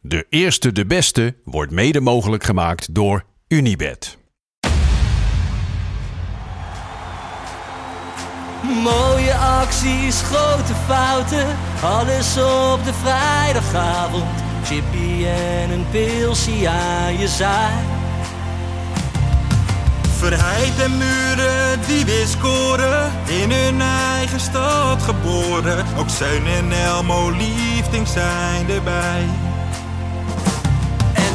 De eerste, de beste wordt mede mogelijk gemaakt door Unibed. Mooie acties, grote fouten, alles op de vrijdagavond. Chippy en een pilsie aan je zaai. Verheid en muren die weer scoren, in hun eigen stad geboren. Ook Zeun en Elmo liefding zijn erbij. En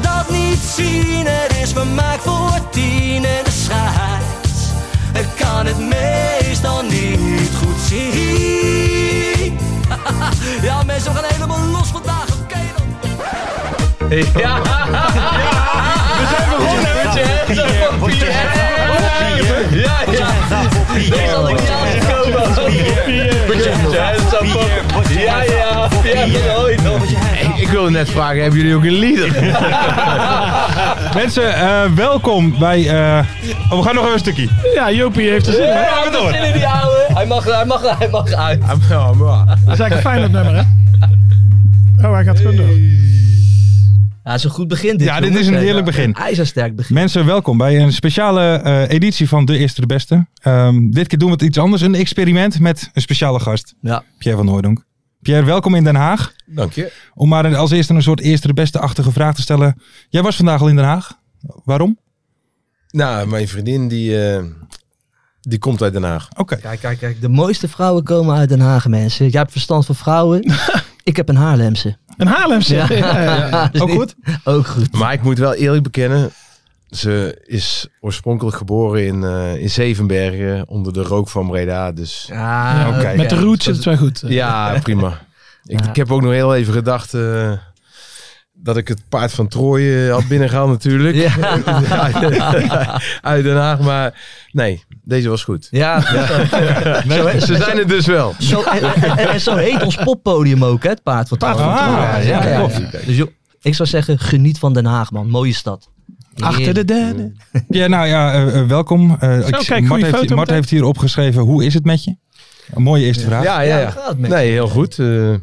dat niet zien? Het is vermaakt voor tien en de scheids. Ik kan het meestal niet goed zien. ja mensen, we gaan helemaal los vandaag, oké dan. Ja, ja, ja, ooit Ik wilde net vragen, hebben jullie ook een lieder? Mensen, eh, welkom bij. eh, Oh, we gaan nog even een stukje. Ja, Jopie heeft er zin in. Ja, hè? gaan we door. Zin in die ouwe. Hij mag, hij mag, hij mag uit. Ja, maar. Dat is eigenlijk een Feyenoord nummer, hè? Oh, hij gaat gewoon door. Ja, zo goed begint dit. Ja, dit jongens. is een heerlijk begin. IJzersterk begin. Mensen, welkom bij een speciale eh, editie van De Eerste de Beste. Ehm, dit keer doen we het iets anders, een experiment met een speciale gast, Ja. Pierre van Hooydonk. Pierre, welkom in Den Haag. Dank je. Om maar als eerste een soort Eerste de Beste-achtige vraag te stellen. Jij was vandaag al in Den Haag. Waarom? Nou, mijn vriendin die, eh, die komt uit Den Haag. Oké. Kijk, kijk, kijk. De mooiste vrouwen komen uit Den Haag, mensen. Jij hebt verstand van vrouwen. Ik heb een Haarlemse. Een Haarlemse. Ja. Ja, ja. Ook goed? Ook goed. Maar ik moet wel eerlijk bekennen, ze is oorspronkelijk geboren in, eh, in Zevenbergen onder de rook van Breda. Dus eh, Ah, oké. Met de roots is het wel goed. ja, prima. Ik, Ja. ik heb ook nog heel even gedacht eh, dat ik het paard van Troje had binnengehaald natuurlijk. Ja. uit Den Haag, maar nee, deze was goed. Ja. Ze ze zijn het dus wel. Zo, en, en- en zo heet ons poppodium ook, hè? Het paard van Paard van Troje. ja, ja, ja. Dus joh, ik zou zeggen, geniet van Den Haag, man. Mooie stad. Achter de derde. Pierre, nou ja, eh, eh, welkom. Eh, ik- kijk, goeie Mart, heeft, foto Mart meteen. heeft hier opgeschreven: hoe is het met je? Een mooie eerste vraag. Ja, ja, Ja, ja. hoe gaat het met Nee, heel goed. Eh,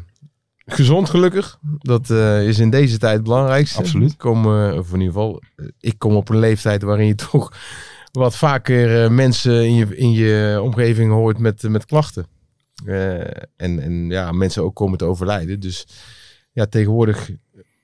gezond gelukkig. Dat eh, is in deze tijd het belangrijkste. Absoluut. Ik kom, eh, of in ieder geval, eh, ik kom op een leeftijd waarin je toch wat vaker eh, mensen in je, in je omgeving hoort met, met klachten. Eh, en, en ja, mensen ook komen te overlijden. Dus ja, tegenwoordig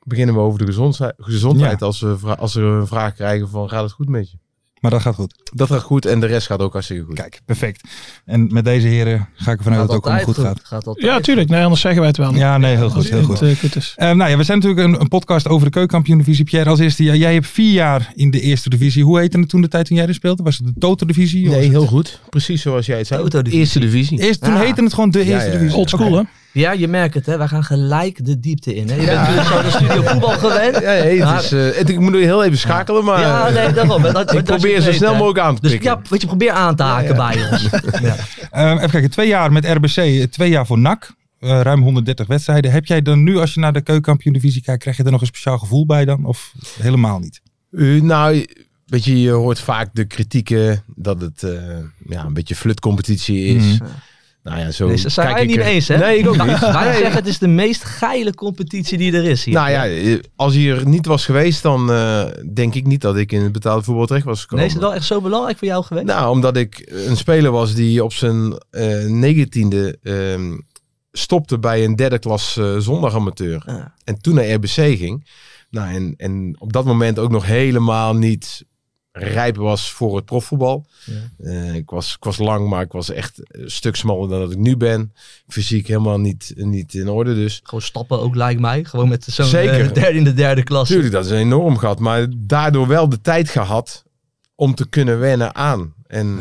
beginnen we over de gezondheid, gezondheid als, we vra- als we een vraag krijgen van gaat het goed met je? Maar dat gaat goed. Dat gaat goed en de rest gaat ook hartstikke goed. Kijk, perfect. En met deze heren ga ik ervan uit dat het ook allemaal goed, gaat. altijd Ja, tuurlijk. Nee, anders zeggen wij het wel. Ja, nee, heel goed. Heel goed. Het, eh, goed is. Eh, nou ja, we zijn natuurlijk een, een podcast over de keukenkampioen-divisie. Pierre, als eerste, ja, jij hebt vier jaar in de eerste divisie. Hoe heette het toen de tijd toen jij er speelde? Was het de Toto-divisie? Nee, heel goed. Precies zoals jij het zei. Totodivisie. Eerste divisie. Eerst, toen Ah. heette het gewoon de Ja, eerste ja. divisie. Old school, Oké. hè? Ja, je merkt het, hè? Wij gaan gelijk de diepte in. Hè? Je bent natuurlijk zo de studio voetbal gewend. Ja, nee, het is, eh, het- ik moet heel even schakelen, maar Ja, eh, nee, daarom. Dat, dat je ik probeer het zo weet, snel hè. mogelijk aan te Dus prikken. ja, weet je, probeer aan te haken bij ons. Ja. Eh, even kijken, twee jaar met RBC, eh, twee jaar voor NAC. Eh, ruim 130 wedstrijden. Heb jij dan nu, als je naar de keukenkampioen-divisie kijkt, krijg je er nog een speciaal gevoel bij dan? Of helemaal niet? Eh, nou, weet je, je hoort vaak de kritieken dat het eh, ja, een beetje flutcompetitie is. Mhm. Nou ja, zo Dus daar zijn kijk wij ik niet er- mee eens, hè? Nee, ik ook niet. Wij zeggen, het is de meest geile competitie die er is hier. Nou ja, eh, als hij er niet was geweest, dan eh, denk ik niet dat ik in het betaalde voetbal terecht was gekomen. nee, is het wel echt zo belangrijk voor jou geweest? Nou, omdat ik een speler was die op zijn negentiende ehm, stopte bij een derde klas eh zondagamateur. Ja. En toen naar RBC ging. Nou, en, en op dat moment ook nog helemaal niet rijp was voor het profvoetbal. Eh, ik, was, ik was lang, maar ik was echt een stuk smaller dan dat ik nu ben. Fysiek helemaal niet, niet in orde dus. Gewoon stappen ook, lijkt mij. Gewoon met zo'n Zeker. eh, derde in de derde klas. Tuurlijk, dat is enorm gehad. Maar daardoor wel de tijd gehad om te kunnen wennen aan. En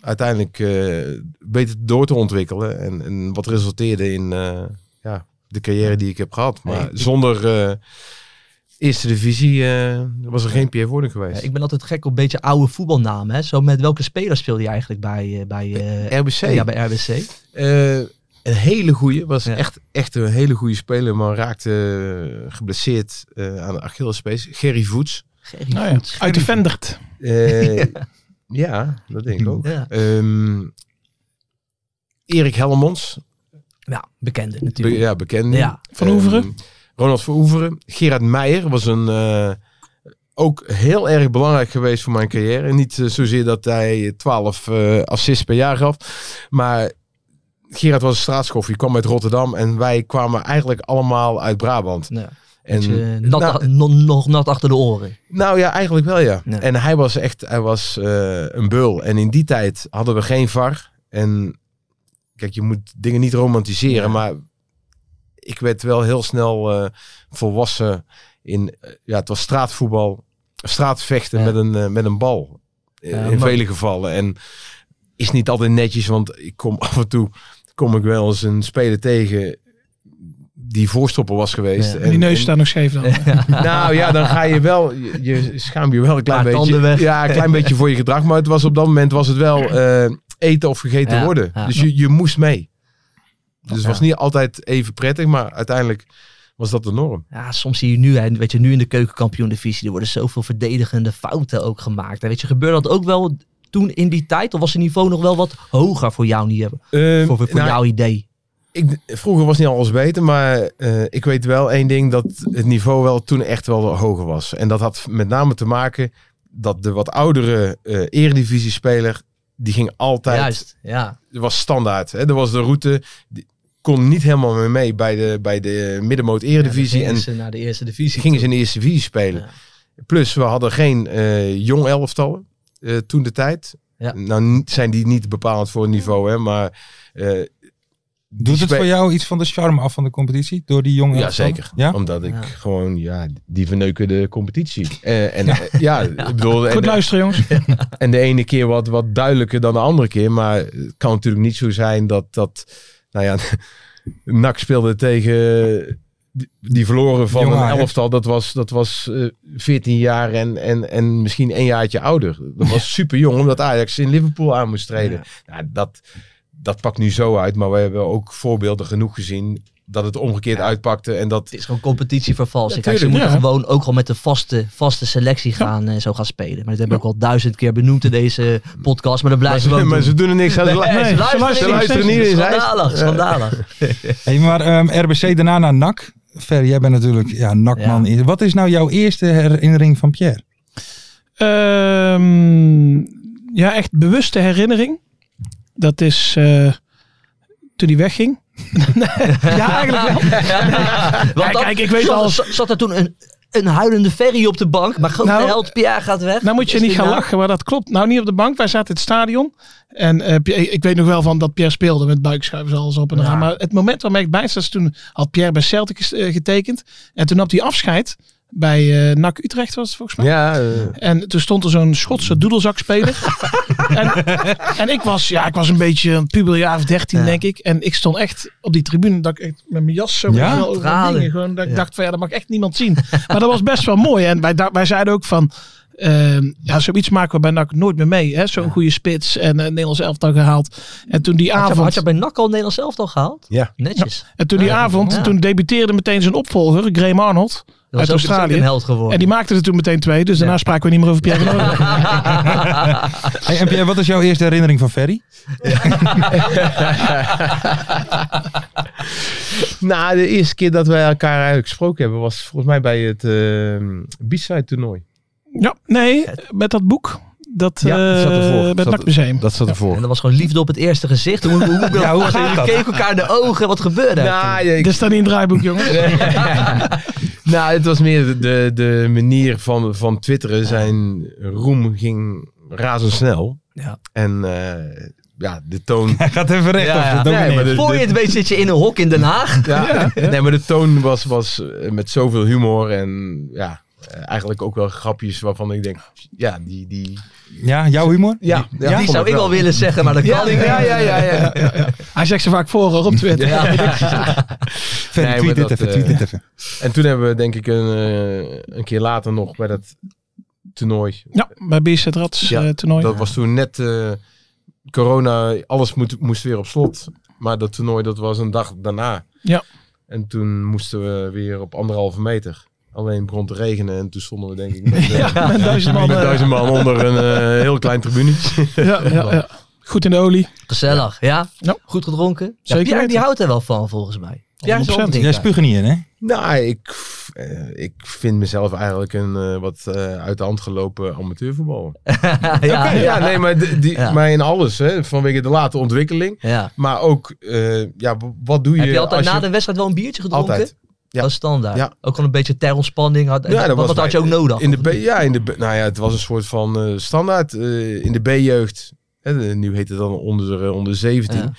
uiteindelijk eh, beter door te ontwikkelen. En, en wat resulteerde in eh, ja, de carrière die ik heb gehad. Maar Hey, ik- zonder eh, eerste divisie eh, was er geen Pierre Woorden Ja, geweest. ik ben altijd gek op een beetje oude voetbalnamen. Hè? Zo met welke speler speelde je eigenlijk bij, eh, bij, eh, RBC. ja, bij RBC? Eh, een hele goeie. Was Ja. echt, echt een hele goede speler. Maar raakte eh, geblesseerd eh, aan de Achillespees. Gerry Voets. Gerry Nou ja, Voets. uit de Vendert. Eh, ja, dat denk ik ook. Ja. Ehm, Erik Helmonds, ja, bekende be- eh, natuurlijk. ja, bekend. Ja. Van Oeveren? Ehm, Ronald van Oeveren. Gerard Meijer was een, eh, ook heel erg belangrijk geweest voor mijn carrière. Niet eh, zozeer dat hij 12 eh, assists per jaar gaf, maar Gerard was een straatschoffie, kwam uit Rotterdam en wij kwamen eigenlijk allemaal uit Brabant. Ja. En, Dus, eh, nat, nou, no- nog nat achter de oren. nou ja, eigenlijk wel ja. Ja. En hij was echt, hij was eh, een beul. En in die tijd hadden we geen VAR. En kijk, je moet dingen niet romantiseren, maar ik werd wel heel snel eh, volwassen in, eh, ja, het was straatvoetbal, straatvechten Ja. met, een, eh, met een bal. Eh, Ja, in maar- vele gevallen. En is niet altijd netjes, want ik kom af en toe, kom ik wel eens een speler tegen die voorstopper was geweest. Ja. En die neus staat nog scheef dan. Nou ja, dan ga je wel, je, je schaam je wel een klein Paar beetje. tanden weg. Ja, een klein beetje voor je gedrag. Maar het was op dat moment was het wel eh, eten of gegeten Ja, worden. ja. Dus je, je moest mee. Dus het was Ja. niet altijd even prettig, maar uiteindelijk was dat de norm. Ja, soms zie je nu, hè, weet je, nu in de keukenkampioen-divisie, er worden zoveel verdedigende fouten ook gemaakt. En weet je, gebeurde dat ook wel toen in die tijd? Of was het niveau nog wel wat hoger voor jou, niet, voor, Eh, voor, voor nou, jouw idee? ik, vroeger was niet alles beter, maar eh, ik weet wel één ding dat het niveau wel toen echt wel hoger was. En dat had met name te maken dat de wat oudere eh eredivisie-speler, die ging altijd Juist, ja. Dat was standaard. Hè? Dat was de route. Die kon niet helemaal meer mee bij de, bij de middenmoot eredivisie. Ja, dan en gingen ze naar de eerste divisie. gingen ze toe. in de eerste divisie spelen. Ja. Plus, we hadden geen eh, jong elftallen eh, toen de tijd. Ja. Nou niet- zijn die niet bepalend voor het niveau, hè? maar eh, Doet het spe- voor jou iets van de charme af van de competitie? Door die jongen? ja, zeker. Ja? Omdat ik Ja. gewoon, ja, die verneuken de competitie. Eh, en eh, ja, ik bedoel, en- Goed luisteren, jongens. En de ene keer wat, wat duidelijker dan de andere keer. Maar het kan natuurlijk niet zo zijn dat dat. Nou ja, NAC speelde tegen. Die, die verloren van Jong een Ajax. elftal. Dat was, dat was eh, 14 jaar en, en, en misschien een jaartje ouder. Dat was super jong, omdat Ajax in Liverpool aan moest treden. Nou, dat, dat pakt nu zo uit. Maar we hebben ook voorbeelden genoeg gezien dat het omgekeerd uitpakte. En dat. Het is gewoon competitievervalsing. Kijk, ze Natuurlijk, moeten ja. gewoon ook gewoon met de vaste, vaste selectie gaan en zo gaan spelen. Maar dat hebben we ook al duizend keer benoemd in deze podcast. Maar dat Maar blijven we ze, ook maar doen. ze doen er niks aan. Ze Nee, lu- ze luisteren luisteren niet. niet in zijn huis. Schandalig, schandalig. Hey, maar ehm, RBC daarna naar NAC. Ver, jij bent natuurlijk ja, NAC-man. Wat is nou jouw eerste herinnering van Pierre? Ehm, ja, echt bewuste herinnering. Dat is eh, toen hij wegging. ja, eigenlijk wel. Want dan kijk, ik weet zat, al- zat- Zat er toen een, een huilende ferry op de bank, maar grote Nou, held Pierre gaat weg. Nou moet je Is niet dit gaan nou- lachen, maar dat klopt. Nou, niet op de bank. Wij zaten in het stadion. En eh, Pierre- ik weet nog wel van dat Pierre speelde met buikschuivers alles op en eraan. Maar het moment waarmee ik bij sta, is toen had Pierre bij Celtic ges- eh, getekend. En toen nam hij afscheid bij eh NAC Utrecht was het volgens mij. Ja, eh, En toen stond er zo'n Schotse doedelzakspeler. en, en ik was, ja, ik was een beetje een puberjaar of dertien, Ja. denk ik. En ik stond echt op die tribune dat ik echt met mijn jas zo Ja? snel over mijn Tranen. dingen. Gewoon dat ik Ja. dacht van, ja, dat mag echt niemand zien. maar dat was best wel mooi. En wij, da- wij zeiden ook van, ehm, ja, zoiets maken we bij NAC nooit meer mee. hè. Zo'n goede spits en eh, Nederlands elftal gehaald. En toen die nou- Had je, had avond... je bij NAC al Nederlands elftal gehaald? ja. Netjes. En toen die Ja, avond, ja. toen debuteerde meteen zijn opvolger, Graham Arnold, Dat uit was ook- dat is ook Australië. een held geworden. En die maakte er toen meteen twee, dus daarna spraken we niet meer over Pierre van Hooydonk. Hey, en Pierre, wat is jouw eerste herinnering van Ferry? Nou, de eerste keer dat wij elkaar eigenlijk gesproken hebben was volgens mij bij het eh B-side toernooi. Ja, nee, met dat boek. Dat, Ja, dat zat ervoor. eh, bij Zat- het Nakmuseum. Dat zat ervoor. En dat was gewoon liefde op het eerste gezicht. Hoe, hoe, hoe, Ja, hoe gaat jullie dat? keken elkaar in de ogen. Wat gebeurde er Nou, toen? ja, ik- Dit staat niet in het draaiboek, jongens. Nou, het was meer de, de, de manier van, van twitteren. Zijn roem ging razendsnel. Ja. En eh, ja, de toon... Hij gaat even recht Ja, op ja. zijn dominee. Nee, maar de- Voor je het weet zit je in een hok in Den Haag. Ja, nee, maar de toon was, was eh, met zoveel humor en ja, eh, eigenlijk ook wel grapjes waarvan ik denk, ja, die... die Ja, jouw humor? ja, ja, Die vond zou ik wel. wel willen zeggen, maar dat Ja, kan niet. ja, ja, ja, ja. Hij zegt ze vaak voor hoor, op Twitter. Verder, Nee, tweet maar dit dat, even, eh, tweet dit even. En toen hebben we denk ik een, eh, een keer later nog bij dat toernooi. Ja, bij BZ Rats Ja, eh, toernooi. Dat was toen net eh, corona, alles moet, moest weer op slot. Maar dat toernooi, dat was een dag daarna. Ja. En toen moesten we weer op anderhalve meter. Alleen begon te regenen en toen stonden we denk ik met, eh, Met duizend man. met eh, duizend man onder een eh, heel klein tribunetje. ja, ja, ja. Goed in de olie. Gezellig, ja? Ja. Goed gedronken? Ja, Zeker Pierre, die weten. houdt er wel van, volgens mij. zo Ja, 100%. denk Jij ik. spuugt er niet in, hè? Nou, ik, eh, ik vind mezelf eigenlijk een eh, wat eh, uit de hand gelopen amateurvoetballer. ja, ja, ja, nee, maar, de- die, Ja. maar in alles, hè, vanwege de late ontwikkeling. ja. Maar ook, eh, ja, w- wat doe je, Heb je altijd als na je... de wedstrijd wel een biertje gedronken? Altijd. Ja. Dat is standaard. Ja. Ook al een beetje ter ontspanning. Had, Ja, wat dat was wat had je bij- ook nodig? In de B, ja, in de, B- nou ja, het was een soort van eh, standaard eh, in de B-jeugd. hè, de- Nu heet het dan onder, eh, onder 17. Ja.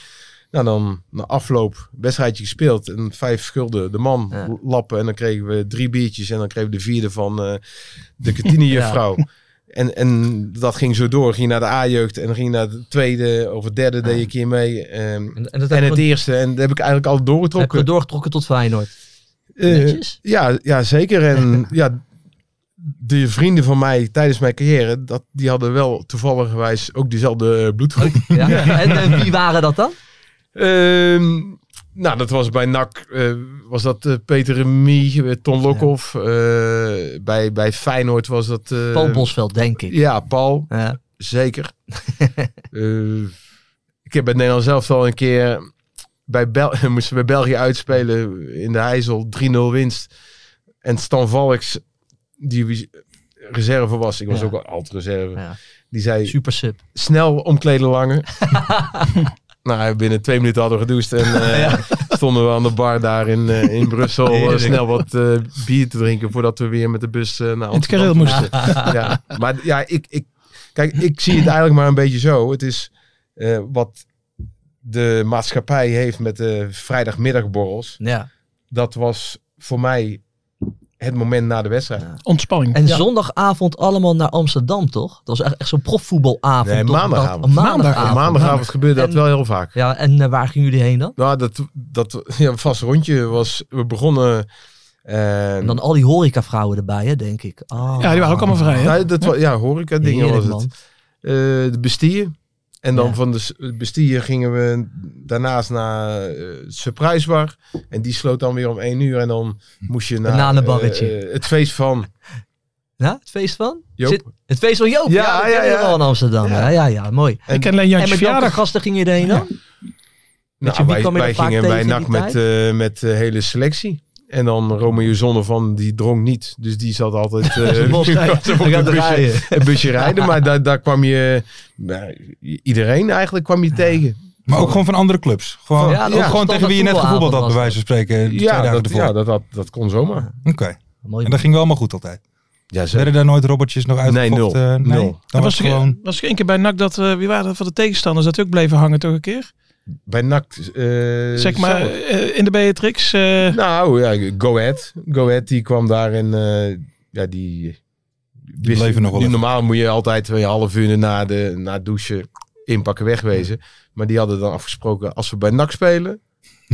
Nou, dan na afloop, wedstrijdje gespeeld en vijf schulden de man Ja. l- lappen. En dan kregen we drie biertjes en dan kregen we de vierde van eh, de kantinejuffrouw. En, en dat ging zo door. Ging naar de A-jeugd en dan ging naar de tweede of het derde deed je een keer mee. ehm, En, en dat en heb het je eerste. En dat heb ik eigenlijk al heb doorgetrokken. je doorgetrokken tot Feyenoord. Eh, Netjes. ja, ja, zeker. En ja, de vrienden van mij tijdens mijn carrière, dat, die hadden wel toevallig ook diezelfde eh, bloedgroep. Ja. En eh, wie waren dat dan? Ehm, nou, dat was bij NAC, eh, was dat eh, Peter Remy, eh, Ton Lokhoff. eh, bij, bij Feyenoord was dat... eh, Paul Bosveld, denk ik. Ja, Paul, Ja. zeker. Eh, ik heb bij Nederland zelf al een keer... Bij Bel moesten we bij België uitspelen in de IJssel, 3-0 winst. En Stan Valks, die wie- reserve was, ik was Ja. ook altijd reserve, Ja. die zei Super sub. snel omkleden lange. nou, binnen twee minuten hadden we gedoucht en eh, stonden we aan de bar daar in, eh, in Brussel eh, Heerlijk. snel wat eh, bier te drinken voordat we weer met de bus eh, naar In het Amsterdam kareel moesten. ja, maar ja, ik, ik, kijk, ik zie het eigenlijk maar een beetje zo. Het is eh, wat de maatschappij heeft met de vrijdagmiddagborrels. Ja. Dat was voor mij het moment na de wedstrijd. Ja. Ontspanning. En zondagavond allemaal naar Amsterdam, toch? Dat was echt, echt zo'n profvoetbalavond. Nee, toch? maandagavond. Dat- maandagavond. Maandagavond, gebeurde dat En- wel heel vaak. Ja, en eh, waar gingen jullie heen dan? Nou, dat, dat ja, vast rondje was... We begonnen... eh, En dan al die horecavrouwen erbij, hè, denk ik. Ah. Ja, die waren ook allemaal vrij. Hè? nou, dat, wa- ja, horeca dingen Heerlijk, was het. man. Eh, de Bastille. En dan Ja. van de S- Bastille gingen we daarnaast naar eh Surprise Bar. En die sloot dan weer om één uur. En dan moest je naar Bananenbarretje. eh, eh, het feest van Ja, het feest van? Joop. Zit- het feest van Joop, ja, Ja, ja, ja, ja, ja. wel in Amsterdam. Ja, Ja. ja, ja, mooi. En Ik ken met alleen Jantje welke verjaardag. gasten ging je erheen dan? Met je- wie Nou, wij, kwam je wij dan vaak gingen tegen bij in NAC die met, eh, met de hele selectie. En dan Romeo Zonne van, die dronk niet. Dus die zat altijd... eh, Het bos, die hè? was op We gaan het busje, draaien. het busje rijden. Maar daar, daar kwam je... nou, iedereen eigenlijk kwam je tegen. Maar ook Oh. gewoon van andere clubs. Gewoon, Ja, ook dat was gewoon toch tegen wie je dat net gevoetbald had, voetbalavond bij wijze van spreken. de twee Ja, dagen dat, ervoor. ja dat, dat, dat kon zomaar. Oké. Mooi. En dat ging wel maar goed altijd. Ja, zeker. Werden daar nooit robbertjes nog Nee, nul. uitgevochten? Nul. Dan Dat was was het er- gewoon... was er één keer bij NAC dat, eh, wie waren dat van de tegenstanders, dat die ook bleven hangen toch een keer? Bij NAC... eh, Zeg maar, zelf. eh, in de Beatrix. eh, Nou ja, Go Ahead. Go Ahead die kwam daar en eh, ja, die... Die bleven nog wel even. Normaal moet je altijd twee half uur na, de, na het douchen inpakken wegwezen. Maar die hadden dan afgesproken, als we bij NAC spelen,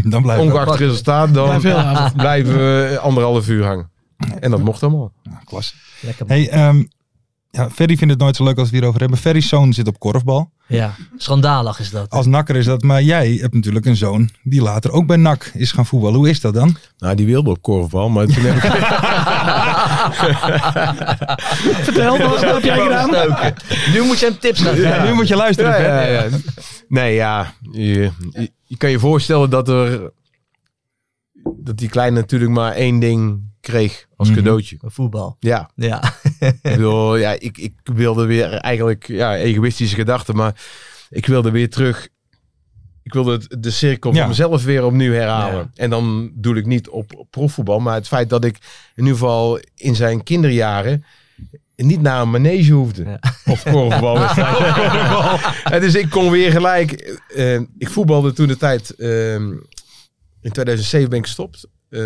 Dan blijf ik ongeacht het pakken. resultaat, dan Blijven heel avond. blijven we anderhalf uur hangen. En dat mocht allemaal. Ja, klasse. Lekker, man. Hey, ehm, ja, Ferry vindt het nooit zo leuk als we het hierover hebben. Ferry's zoon zit op korfbal. Ja, schandalig is dat. Als nakker is dat. Maar jij hebt natuurlijk een zoon die later ook bij NAC is gaan voetballen. Hoe is dat dan? Nou, die wilde op korfbal, maar toen heb ik... Vertel, wat heb jij gedaan? Stoken. Nu moet je hem tips gaan geven. Ja, nu moet je luisteren. Ja, Fer. ja, ja. Nee, ja. Je, je- je kan je voorstellen dat er... Dat die kleine natuurlijk maar één ding kreeg als Mhm. cadeautje. Voetbal. Ja. Ja. Ik bedoel, ja, ik, ik wilde weer eigenlijk ja, egoïstische gedachten, maar ik wilde weer terug ik wilde het- de cirkel Ja. van mezelf weer opnieuw herhalen. En dan doe ik niet op, op profvoetbal, maar het feit dat ik in ieder geval in zijn kinderjaren niet naar een manege hoefde. Ja. Of korfbal. en dus ik kon weer gelijk. eh, ik voetbalde toen de tijd. ehm, in 2007 ben ik gestopt. Eh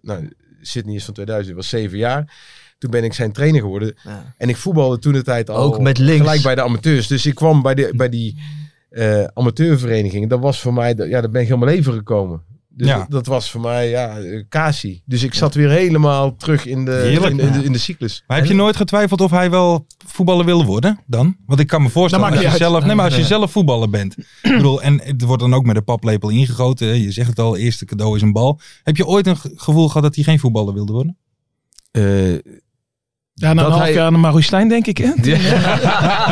nou, Sydney is van 2000, ik was zeven jaar. Toen ben ik zijn trainer geworden. Ja. En ik voetbalde toen de tijd al Ook met links. gelijk bij de amateurs. Dus ik kwam bij, de, bij die eh, amateurverenigingen. Dat was voor mij, dat- ja, daar ben ik helemaal leven gekomen. Dus Ja. dat, dat was voor mij, ja, eh, Kasi. Dus ik zat weer helemaal terug in de, in, Heerlijk, de- in de, in de cyclus. Maar heb je nooit getwijfeld of hij wel voetballer wilde worden dan? Want ik kan me voorstellen, Dat maakt als je, niet uit. zelf, nee, maar als je Ja. zelf voetballer bent. Ik bedoel, en het wordt dan ook met de paplepel ingegoten. hè. Je zegt het al, eerste cadeau is een bal. Heb je ooit een ge- gevoel gehad dat hij geen voetballer wilde worden? Eh, Ja, na Dat een half hij- jaar aan de Maroestijn, denk ik. Hè?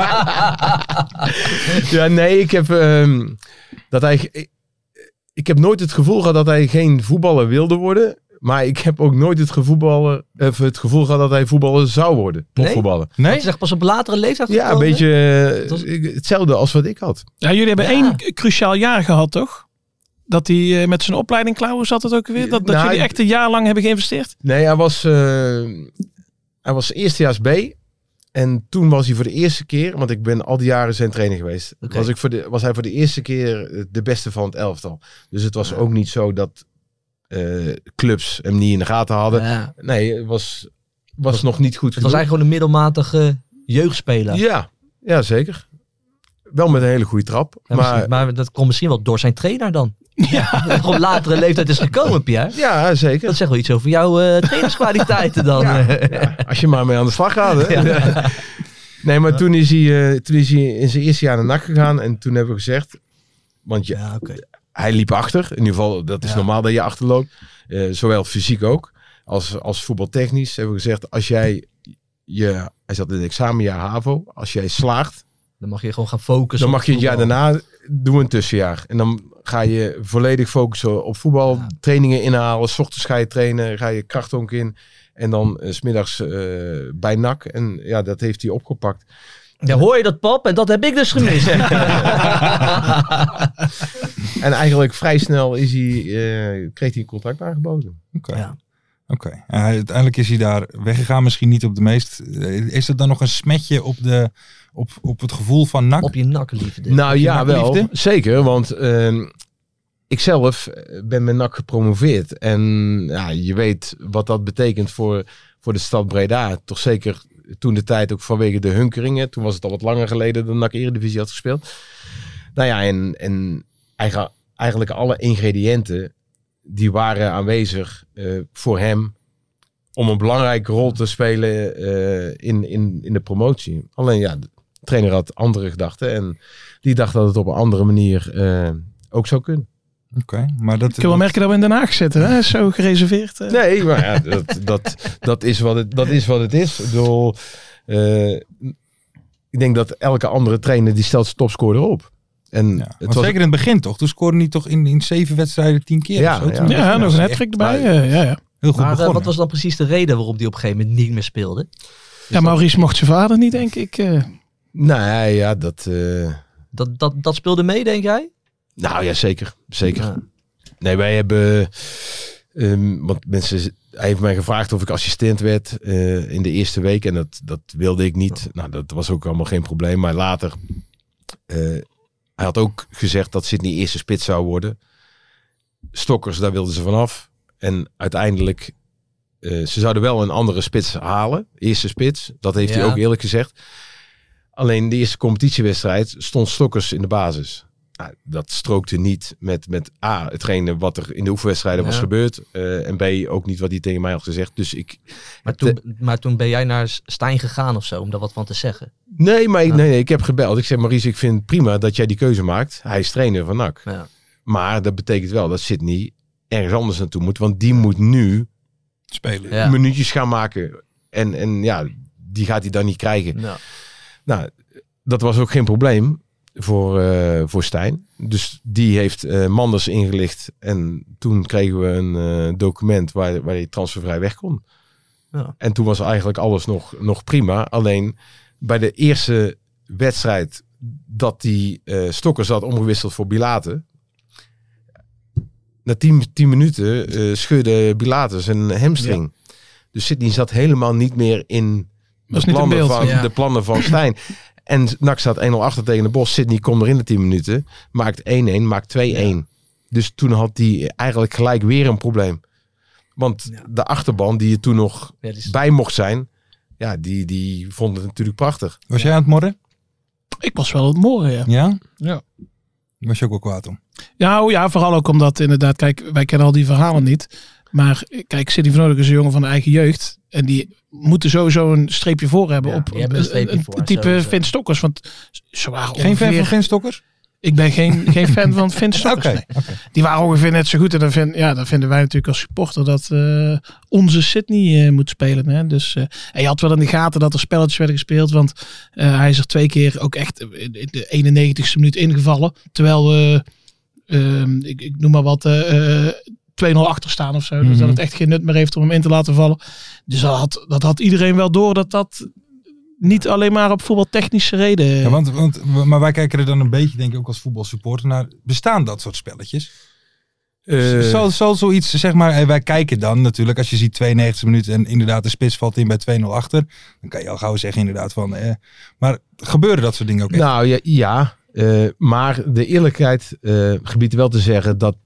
ja, nee, ik heb, ehm, dat hij, ik, ik heb nooit het gevoel gehad dat hij geen voetballer wilde worden. Maar ik heb ook nooit het, gevoetballer, of het gevoel gehad dat hij voetballer zou worden. Profvoetballer. Dat is echt pas op latere leeftijd Ja, een gekomen? beetje eh, Dat was- ik- hetzelfde als wat ik had. Ja, jullie hebben Ja. één k- cruciaal jaar gehad, toch? Dat hij eh, met zijn opleiding klaar was, zat het ook weer? Dat, dat Nou, jullie ik- echt een jaar lang hebben geïnvesteerd? Nee, hij was, eh, hij was eerstejaars B. En toen was hij voor de eerste keer, want ik ben al die jaren zijn trainer geweest. Oké. Was, ik voor de, was hij voor de eerste keer eh, de beste van het elftal. Dus het was ook niet zo dat eh, clubs hem niet in de gaten hadden. Ja. Nee, het was, was, nog niet goed Het was genoeg. eigenlijk gewoon een middelmatige jeugdspeler. Ja, ja, zeker. Wel met een hele goede trap. Ja, maar maar, maar dat komt misschien wel door zijn trainer dan. Ja. Dat er op latere leeftijd is gekomen, Pierre. ja, zeker. Dat zegt wel iets over jouw eh, trainerskwaliteiten dan. Ja, als je maar mee aan de slag gaat. Hè? Nee, maar toen is, hij, eh, toen is hij in zijn eerste jaar naar NAC gegaan. En toen hebben we gezegd... Want je, Ja, oké. hij liep achter. In ieder geval, dat is Ja. normaal dat je achterloopt. Eh, zowel fysiek ook. Als, als voetbaltechnisch hebben we gezegd... Als jij... Je, hij zat in het examenjaar HAVO. Als jij slaagt, Dan mag je gewoon gaan focussen. dan op mag je het jaar voetbal. daarna... Doen we een tussenjaar. En dan ga je volledig focussen op voetbal. Ja. Trainingen inhalen. S ochtends ga je trainen. Ga je krachtonk in. En dan eh, 's smiddags eh, bij NAC. En ja, dat heeft hij opgepakt. Ja, hoor je dat, pap? En dat heb ik dus gemist. En eigenlijk vrij snel is hij, eh, kreeg hij een contract aangeboden. Oké. Ja. Oké. En hij- uiteindelijk is hij daar weggegaan. Misschien niet op de meest... eh, Is dat dan nog een smetje op, de, op, op het gevoel van NAC? op je nak, liefde. nou ja, NAC-liefde? wel. Zeker, want ikzelf ik zelf eh, ben met NAC gepromoveerd. En ja, je weet wat dat betekent voor, voor de stad Breda. Toch zeker toen de tijd ook vanwege de hunkeringen. Toen was het al wat langer geleden dat NAC Eredivisie had gespeeld. Nou ja, en, en eigen- eigenlijk alle ingrediënten die waren aanwezig eh, voor hem om een belangrijke rol te spelen eh, in, in, in de promotie. Alleen ja, de trainer had andere gedachten en die dacht dat het op een andere manier eh, ook zou kunnen. Oké. Maar dat... Ik kan wel merken dat we in Den Haag zitten. Hè? Hij is Zo gereserveerd. eh. Nee, maar ja, dat, dat, dat, is wat het, dat is wat het is. Ik bedoel, eh, ik denk dat elke andere trainer die stelt zijn topscorer op. En Ja, het want was zeker in het begin toch? Toen scoorde hij toch in, in zeven wedstrijden tien keer Ja, of zo? ja. Toen was Ja, hij nog echt een hat-trick erbij. maar- eh, ja, ja. Heel goed Maar, eh, begonnen. Wat was dan precies de reden waarom die op een gegeven moment niet meer speelde? ja, Maurice mocht zijn vader niet, denk ik. eh. Nou ja, dat. eh, Dat, dat, dat speelde mee, denk jij? nou ja, zeker. Zeker. Ja. Nee, wij hebben. ehm, want mensen. Hij heeft mij gevraagd of ik assistent werd eh, in de eerste week. En dat, dat wilde ik niet. Nou, dat was ook allemaal geen probleem. Maar later. eh, hij had ook gezegd dat Sydney eerste spits zou worden. Stokkers, daar wilden ze vanaf. En uiteindelijk. eh, ze zouden wel een andere spits halen. Eerste spits. Dat heeft hij Ja. ook eerlijk gezegd. Alleen de eerste competitiewedstrijd stond Stokkers in de basis. Nou, dat strookte niet met, met A, hetgene wat er in de oefenwedstrijden was Ja. gebeurd. eh, en B, ook niet wat hij tegen mij had gezegd. Dus ik. Maar toen, maar toen ben jij naar Stijn gegaan of zo, om daar wat van te zeggen. Nee, maar ik, Ja. nee, nee, ik heb gebeld. Ik zeg, Maurice, ik vind het prima dat jij die keuze maakt. Hij is trainer van NAC. Ja. Maar dat betekent wel dat Sydney ergens anders naartoe moet. Want die moet nu spelen. Ja. minuutjes gaan maken. En, en ja, die gaat hij dan niet krijgen. Nou, Nou, dat was ook geen probleem voor, eh, voor Stijn. Dus die heeft eh, Manders ingelicht. En toen kregen we een eh, document waar, waar hij transfervrij weg kon. Ja. En toen was eigenlijk alles nog, nog prima. Alleen bij de eerste wedstrijd dat die eh Stokkers had omgewisseld voor Bilater. Na tien, tien minuten eh scheurde Bilater zijn hamstring. Dus Sidney zat helemaal niet meer in Was de niet in plannen, beeld, van, ja. de plannen van Stijn. En NAC staat 1-0 achter tegen de Bos. Sidney komt er in de 10 minuten. Maakt 1-1, maakt 2-1. Dus toen had hij eigenlijk gelijk weer een probleem. Want Ja. de achterban die er toen nog Ja, dus- bij mocht zijn... Ja, die, die vond het natuurlijk prachtig. Was jij aan het morren? Ik was wel het morgen, ja. Ja? Ja. Was je ook wel kwaad om? Ja, oh ja, vooral ook omdat inderdaad, kijk, wij kennen al die verhalen niet. Maar eh, kijk, Sidney van Nodig is een jongen van de eigen jeugd. En die moeten sowieso een streepje voor hebben Ja, op die hebben een streepje voor, type sowieso. Vin Stokkers. Want ze waren Geen fan van ongeveer- Vin Stokkers? Ik ben geen, geen fan van Vin Oké. Stokkers. nee. Die waren ongeveer net zo goed. En dan, vind, ja, dan vinden wij natuurlijk als supporter dat eh, onze Sydney eh, moet spelen. Hè? Dus, eh, en je had wel in de gaten dat er spelletjes werden gespeeld. Want eh, hij is er twee keer ook echt in in de 91ste minuut ingevallen. Terwijl we, ehm, ik, ik noem maar wat, eh, eh, 2-0 achter staan of zo. Dus Mhm. dat het echt geen nut meer heeft om hem in te laten vallen. Dus dat had, dat had iedereen wel door dat dat niet alleen maar op voetbaltechnische reden... eh, Ja, want, want, maar wij kijken er dan een beetje, denk ik, ook als voetbalsupporter naar. Bestaan dat soort spelletjes? Eh, Zal, zal zoiets, zeg maar, eh, wij kijken dan natuurlijk, als je ziet 92 minuten en inderdaad de spits valt in bij 2-0 achter, dan kan je al gauw zeggen inderdaad van, eh, maar gebeuren dat soort dingen ook echt? Nou ja, ja eh, maar de eerlijkheid eh, gebiedt wel te zeggen dat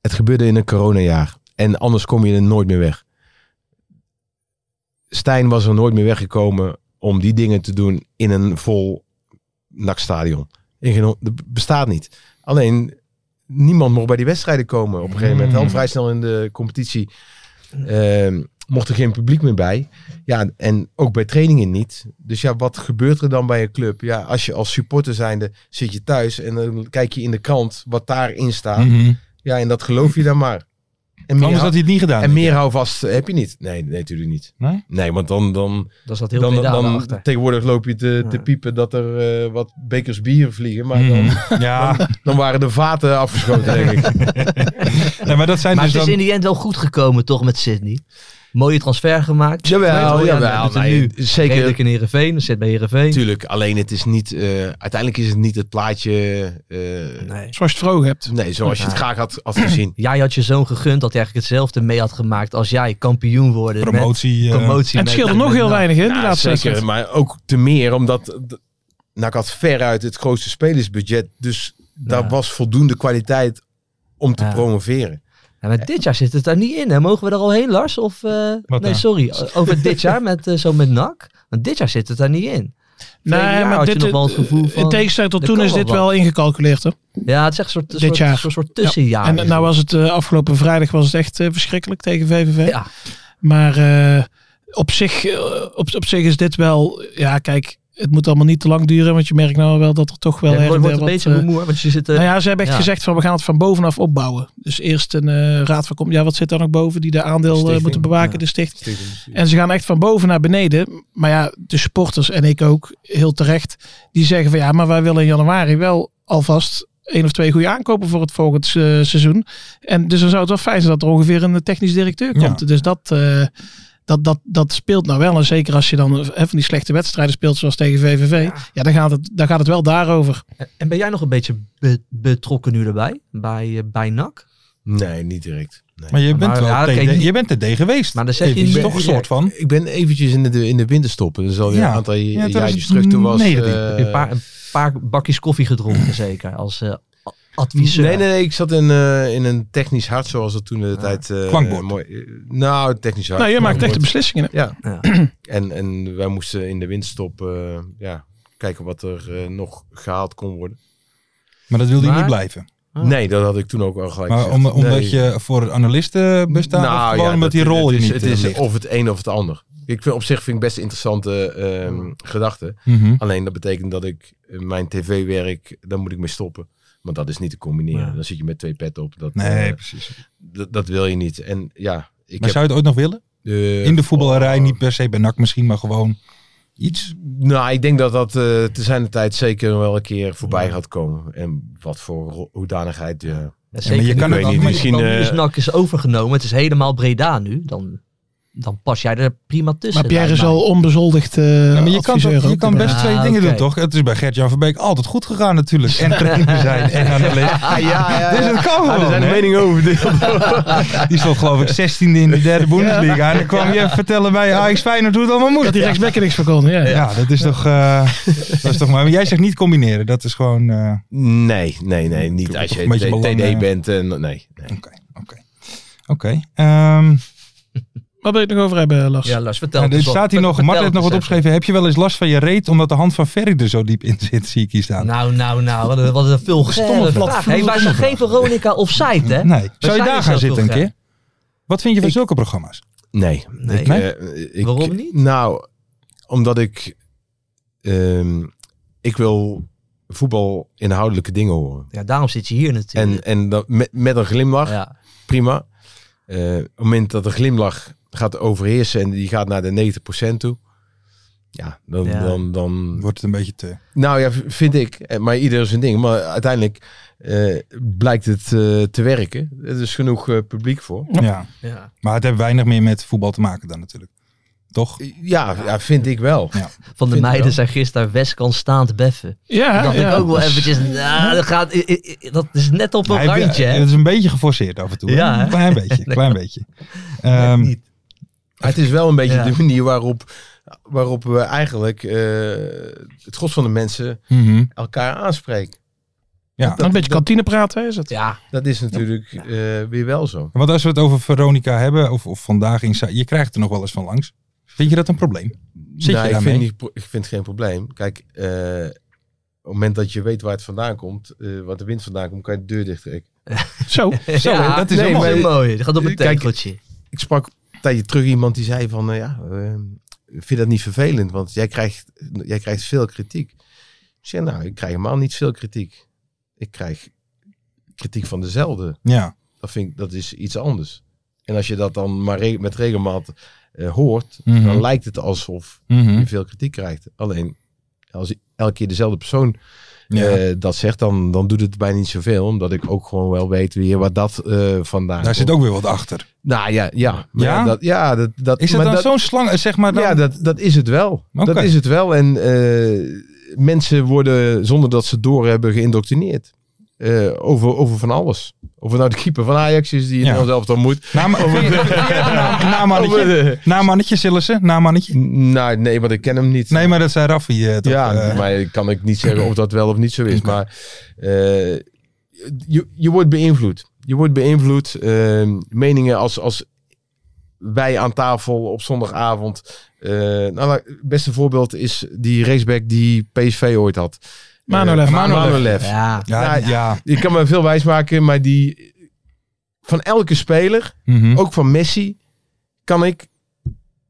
het gebeurde in een coronajaar. En anders kom je er nooit meer weg. Stijn was er nooit meer weggekomen om die dingen te doen in een vol NAC-stadion. In geen- Dat bestaat niet. Alleen, niemand mocht bij die wedstrijden komen op een gegeven moment. Mm. Wel vrij snel in de competitie ehm, mocht er geen publiek meer bij. Ja, en ook bij trainingen niet. Dus ja, wat gebeurt er dan bij een club? Ja, als je als supporter zijnde zit je thuis en dan kijk je in de krant wat daarin staat. Mhm. Ja, en dat geloof je dan maar. En meer, Anders had hij het niet gedaan. en meer houvast heb je niet. Nee, nee, natuurlijk niet. Nee? Nee, want dan, dan, Dat zat heel dan, veel dan, dagen achter. tegenwoordig loop je te, te Ja. piepen dat er eh, wat bekers bier vliegen. Maar dan, Mhm. Ja, dan waren de vaten afgeschoten, denk ik. nee, maar dat zijn Maar dus het is in dan... die end wel goed gekomen, toch, met Sydney. Mooie transfer gemaakt. Jawel, Weet je wel, ja, jawel. doet het nou, Nee, nu. zeker, Redelijk in Heerenveen, dan zit bij Heerenveen. Tuurlijk, alleen het is niet, eh, uiteindelijk is het niet het plaatje eh, Nee. Zoals je het vroeg hebt. nee, zoals je het Nee. graag had, had gezien. Jij had je zoon gegund dat hij eigenlijk hetzelfde mee had gemaakt als jij kampioen worden. met Promotie. eh, promotie En het mee- scheelde nog met- heel nou, weinig in die Ja, laatste zeker, wedstrijd. maar ook te meer omdat d- NAC had veruit het grootste spelersbudget. Dus daar Ja. was voldoende kwaliteit om te Ja. promoveren. Ja, maar dit jaar zit het daar niet in. Hè? Mogen we er al heen, Lars? Of, eh, nee, nou? sorry. O- Over dit jaar, met, eh, zo met NAC. Want dit jaar zit het daar niet in. Vorig jaar had je nog wel het gevoel eh, in van... tegenstelling tot er toen kan is wel dit wat. wel ingecalculeerd. Hè? Ja, het is echt een soort, een Dit soort, jaar. soort, soort tussenjaar. en nou was het eh, afgelopen vrijdag was het echt eh, verschrikkelijk tegen VVV. Ja. Maar eh, op, zich, eh, op, op zich is dit wel... Ja, kijk, het moet allemaal niet te lang duren. Want je merkt nou wel dat er toch wel... Ja, her het en wordt wordt een der wat, beetje eh, rumoer, want je zit... eh, nou ja, ze hebben echt ja. gezegd van we gaan het van bovenaf opbouwen. Dus eerst een eh, raad van kom. Ja, wat zit daar nog boven die de aandeel eh, Stichting, moeten bewaken, ja. de stichting. En ze gaan echt van boven naar beneden. Maar ja, de supporters en ik ook, heel terecht, die zeggen van ja, maar wij willen in januari wel alvast één of twee goede aankopen voor het volgend eh, seizoen. En dus dan zou het wel fijn zijn dat er ongeveer een eh, technisch directeur Ja. komt. Dus dat, eh, dat, dat, dat speelt nou wel. En zeker als je dan eh, van die slechte wedstrijden speelt zoals tegen VVV. Ja, dan, gaat het, dan gaat het wel daarover. En ben jij nog een beetje be- betrokken nu erbij? Bij, eh, bij NAC? Nee, niet direct. Nee. Maar je bent Maar wel ja, TD kijk, die- je bent TD geweest. Maar dan zeg je Even, niet- is toch een soort van. Ik ben eventjes in de, in de winter stoppen. Dat is alweer Ja. een aantal Ja, jaar jaartjes 2019. terug. Toen was, eh, Heb je een paar, een paar bakjes koffie gedronken zeker? Als eh, a- adviseur. Nee, nee, nee, ik zat in, eh, in een technisch hart, zoals dat toen de tijd... eh, Ah, Klankbord. mooi, eh, nou, technisch hart. nou, je maakt echt de Klankbord. beslissingen. hè? Ja. Ja. En, en wij moesten in de winterstop eh, ja, kijken wat er eh, nog gehaald kon worden. Maar dat wilde je Maar- niet blijven. Ah. Nee, dat had ik toen ook al gelijk Maar gezegd. om- omdat Nee. je voor analisten bestaat Nou, of ja, gewoon omdat dat- die rol het je is, niet Het eh, is ligt? of het een of het ander. Ik vind, op zich vind ik best interessante ehm, gedachten. Mhm. Alleen dat betekent dat ik eh, mijn tv-werk, daar moet ik mee stoppen. Want dat is niet te combineren. Ja. Dan zit je met twee petten op. Dat, Nee, eh, precies. Maar dat, dat wil je niet. En ja, ik heb, zou je het ooit nog willen? eh, In de voetballerij, oh, niet per se bij NAC misschien, maar gewoon iets. Nou, ik denk dat dat eh, te zijn de tijd zeker wel een keer voorbij gaat komen. En wat voor ro- hoedanigheid. ja. Ja, Ja, maar je nu. kan Ik het weet niet, ook Misschien misschien, is eh, NAC is overgenomen. Het is helemaal Breda nu. Dan dan pas jij er prima tussen. Maar Pierre lijkt is mij. al onbezoldigd eh Ja, maar je kan, toch- adviseur je ook kan erbij. best Ah, twee dingen doen, oké. toch? Het is bij Gert-Jan Verbeek altijd goed gegaan natuurlijk. En trainer zijn en aan de le- Ah, ja, ja, Dus het kan Ah, er gewoon, zijn hè? meningen over. Die stond geloof ik 16e in de derde Bundesliga. En dan kwam je even vertellen bij Ajax Feyenoord hoe het allemaal Dat moest. hij rechtsbekken niks verkocht. Ja. ja. Ja, dat is toch... eh, dat is toch maar, maar jij zegt niet combineren. Dat is gewoon... eh, Nee, nee, nee. Niet Toch als een beetje je belangrijk. TD bent. eh, nee, nee. Oké, oké. Oké. ehm, Wat wil je het nog over hebben, Lars? Ja, Lars, vertel. nou, het er eens wat. staat hier nog... dus Vertel Mart het heeft nog wat eens even. opgeschreven. Heb je wel eens last van je reet omdat de hand van Ferry er zo diep in zit? Zie ik hier staan. Nou, nou, nou, wat een, wat een Stomme vulgaire vraag. platvloer. Hey, wij zijn geen Veronica offside, Nou, hè? nee. Zou je zijn daar dus gaan zo zitten een vulgair. keer? Wat vind je van Ik- zulke programma's? Nee. Nee? Ik, eh, ik- Waarom niet? Nou, omdat ik... ehm, ik wil voetbal inhoudelijke dingen horen. eh, Ja, daarom zit je hier En, natuurlijk. en dat, met, met een glimlach, ja. prima. Eh, op het moment dat de glimlach gaat overheersen en die gaat naar de 90% toe. Ja, dan, Ja. dan, dan Wordt het een beetje te... Nou ja, v- vind ik. Eh, Maar ieder zijn ding. Maar uiteindelijk eh, blijkt het eh, te werken. Er is genoeg eh, publiek voor. Ja. Ja. Maar het heeft weinig meer met voetbal te maken dan natuurlijk. Toch? Eh, Ja, ja vind ik wel. Van de Vind ik wel. meiden zijn gisteren Westkant staand beffen. Ja, dat ja. ik ook wel eventjes... nou, dat, gaat, i- i- i- dat is net op een Hij- randje, eh, hè? Het is een beetje geforceerd af en toe. hè? Ja, hè? Een klein beetje. een klein beetje. Ehm, niet. Maar het is wel een beetje Ja. de manier waarop, waarop we eigenlijk eh, het gros van de mensen mhm. elkaar aanspreken. Ja. Een beetje kantine praten, hè, is het? Ja, Dat is natuurlijk eh, weer wel zo. Want als we het over Veronica hebben, of, of vandaag in Sa- je krijgt er nog wel eens van langs. Vind je dat een probleem? Zit Nou, je ik, daarmee? vind niet, pro- ik vind het geen probleem. Kijk, eh, op het moment dat je weet waar het vandaan komt, eh waar de wind vandaan komt, kan je de deur dicht trekken. Zo. Zo, hè, dat is nee, wel maar- mooi. mooi. Dat gaat op een Kijk, tekeltje. ik sprak een tijdje terug iemand die zei van, nou ja, eh, vind je dat niet vervelend? Want jij krijgt, jij krijgt veel kritiek. Ik zeg, nou, ik krijg helemaal niet veel kritiek. Ik krijg kritiek van dezelfde. Ja. Dat, vind ik, dat is iets anders. En als je dat dan maar re- met regelmaat eh, hoort, Mhm. dan lijkt het alsof Mhm. je veel kritiek krijgt. Alleen, als elke keer dezelfde persoon ja. eh, dat zegt, dan, dan doet het bijna niet zoveel. Omdat ik ook gewoon wel weet weer wat dat eh vandaan Daar komt. zit ook weer wat achter. Nou ja, ja. Maar Ja? ja? dat, ja, dat, dat, Is dat maar dan zo'n slang, eh, zeg maar dan? Ja, dat, dat is het wel. Oké. Dat is het wel. En eh, mensen worden, zonder dat ze doorhebben, geïndoctrineerd. Eh, over, over van alles. Of het nou de keeper van Ajax is die je Ja. nou zelf dan moet. Naam- vind je- vind je het een naam- namannetje? Over de- Namannetje, Sillessen? Namannetje? nou, nee, want ik ken hem niet. Nee, maar dat zei Raffi eh, toch? ja, eh, maar ik kan ik niet zeggen of dat wel of niet zo is. Oké. Maar eh, je, je wordt beïnvloed. Je wordt beïnvloed. eh, meningen als, als wij aan tafel op zondagavond. eh, nou, het beste voorbeeld is die raceback die PSV ooit had. Manolev. Eh, Manolev. Ja. ja, Nou, ja. Ik kan me veel wijs maken, maar die van elke speler, Mhm. ook van Messi, kan ik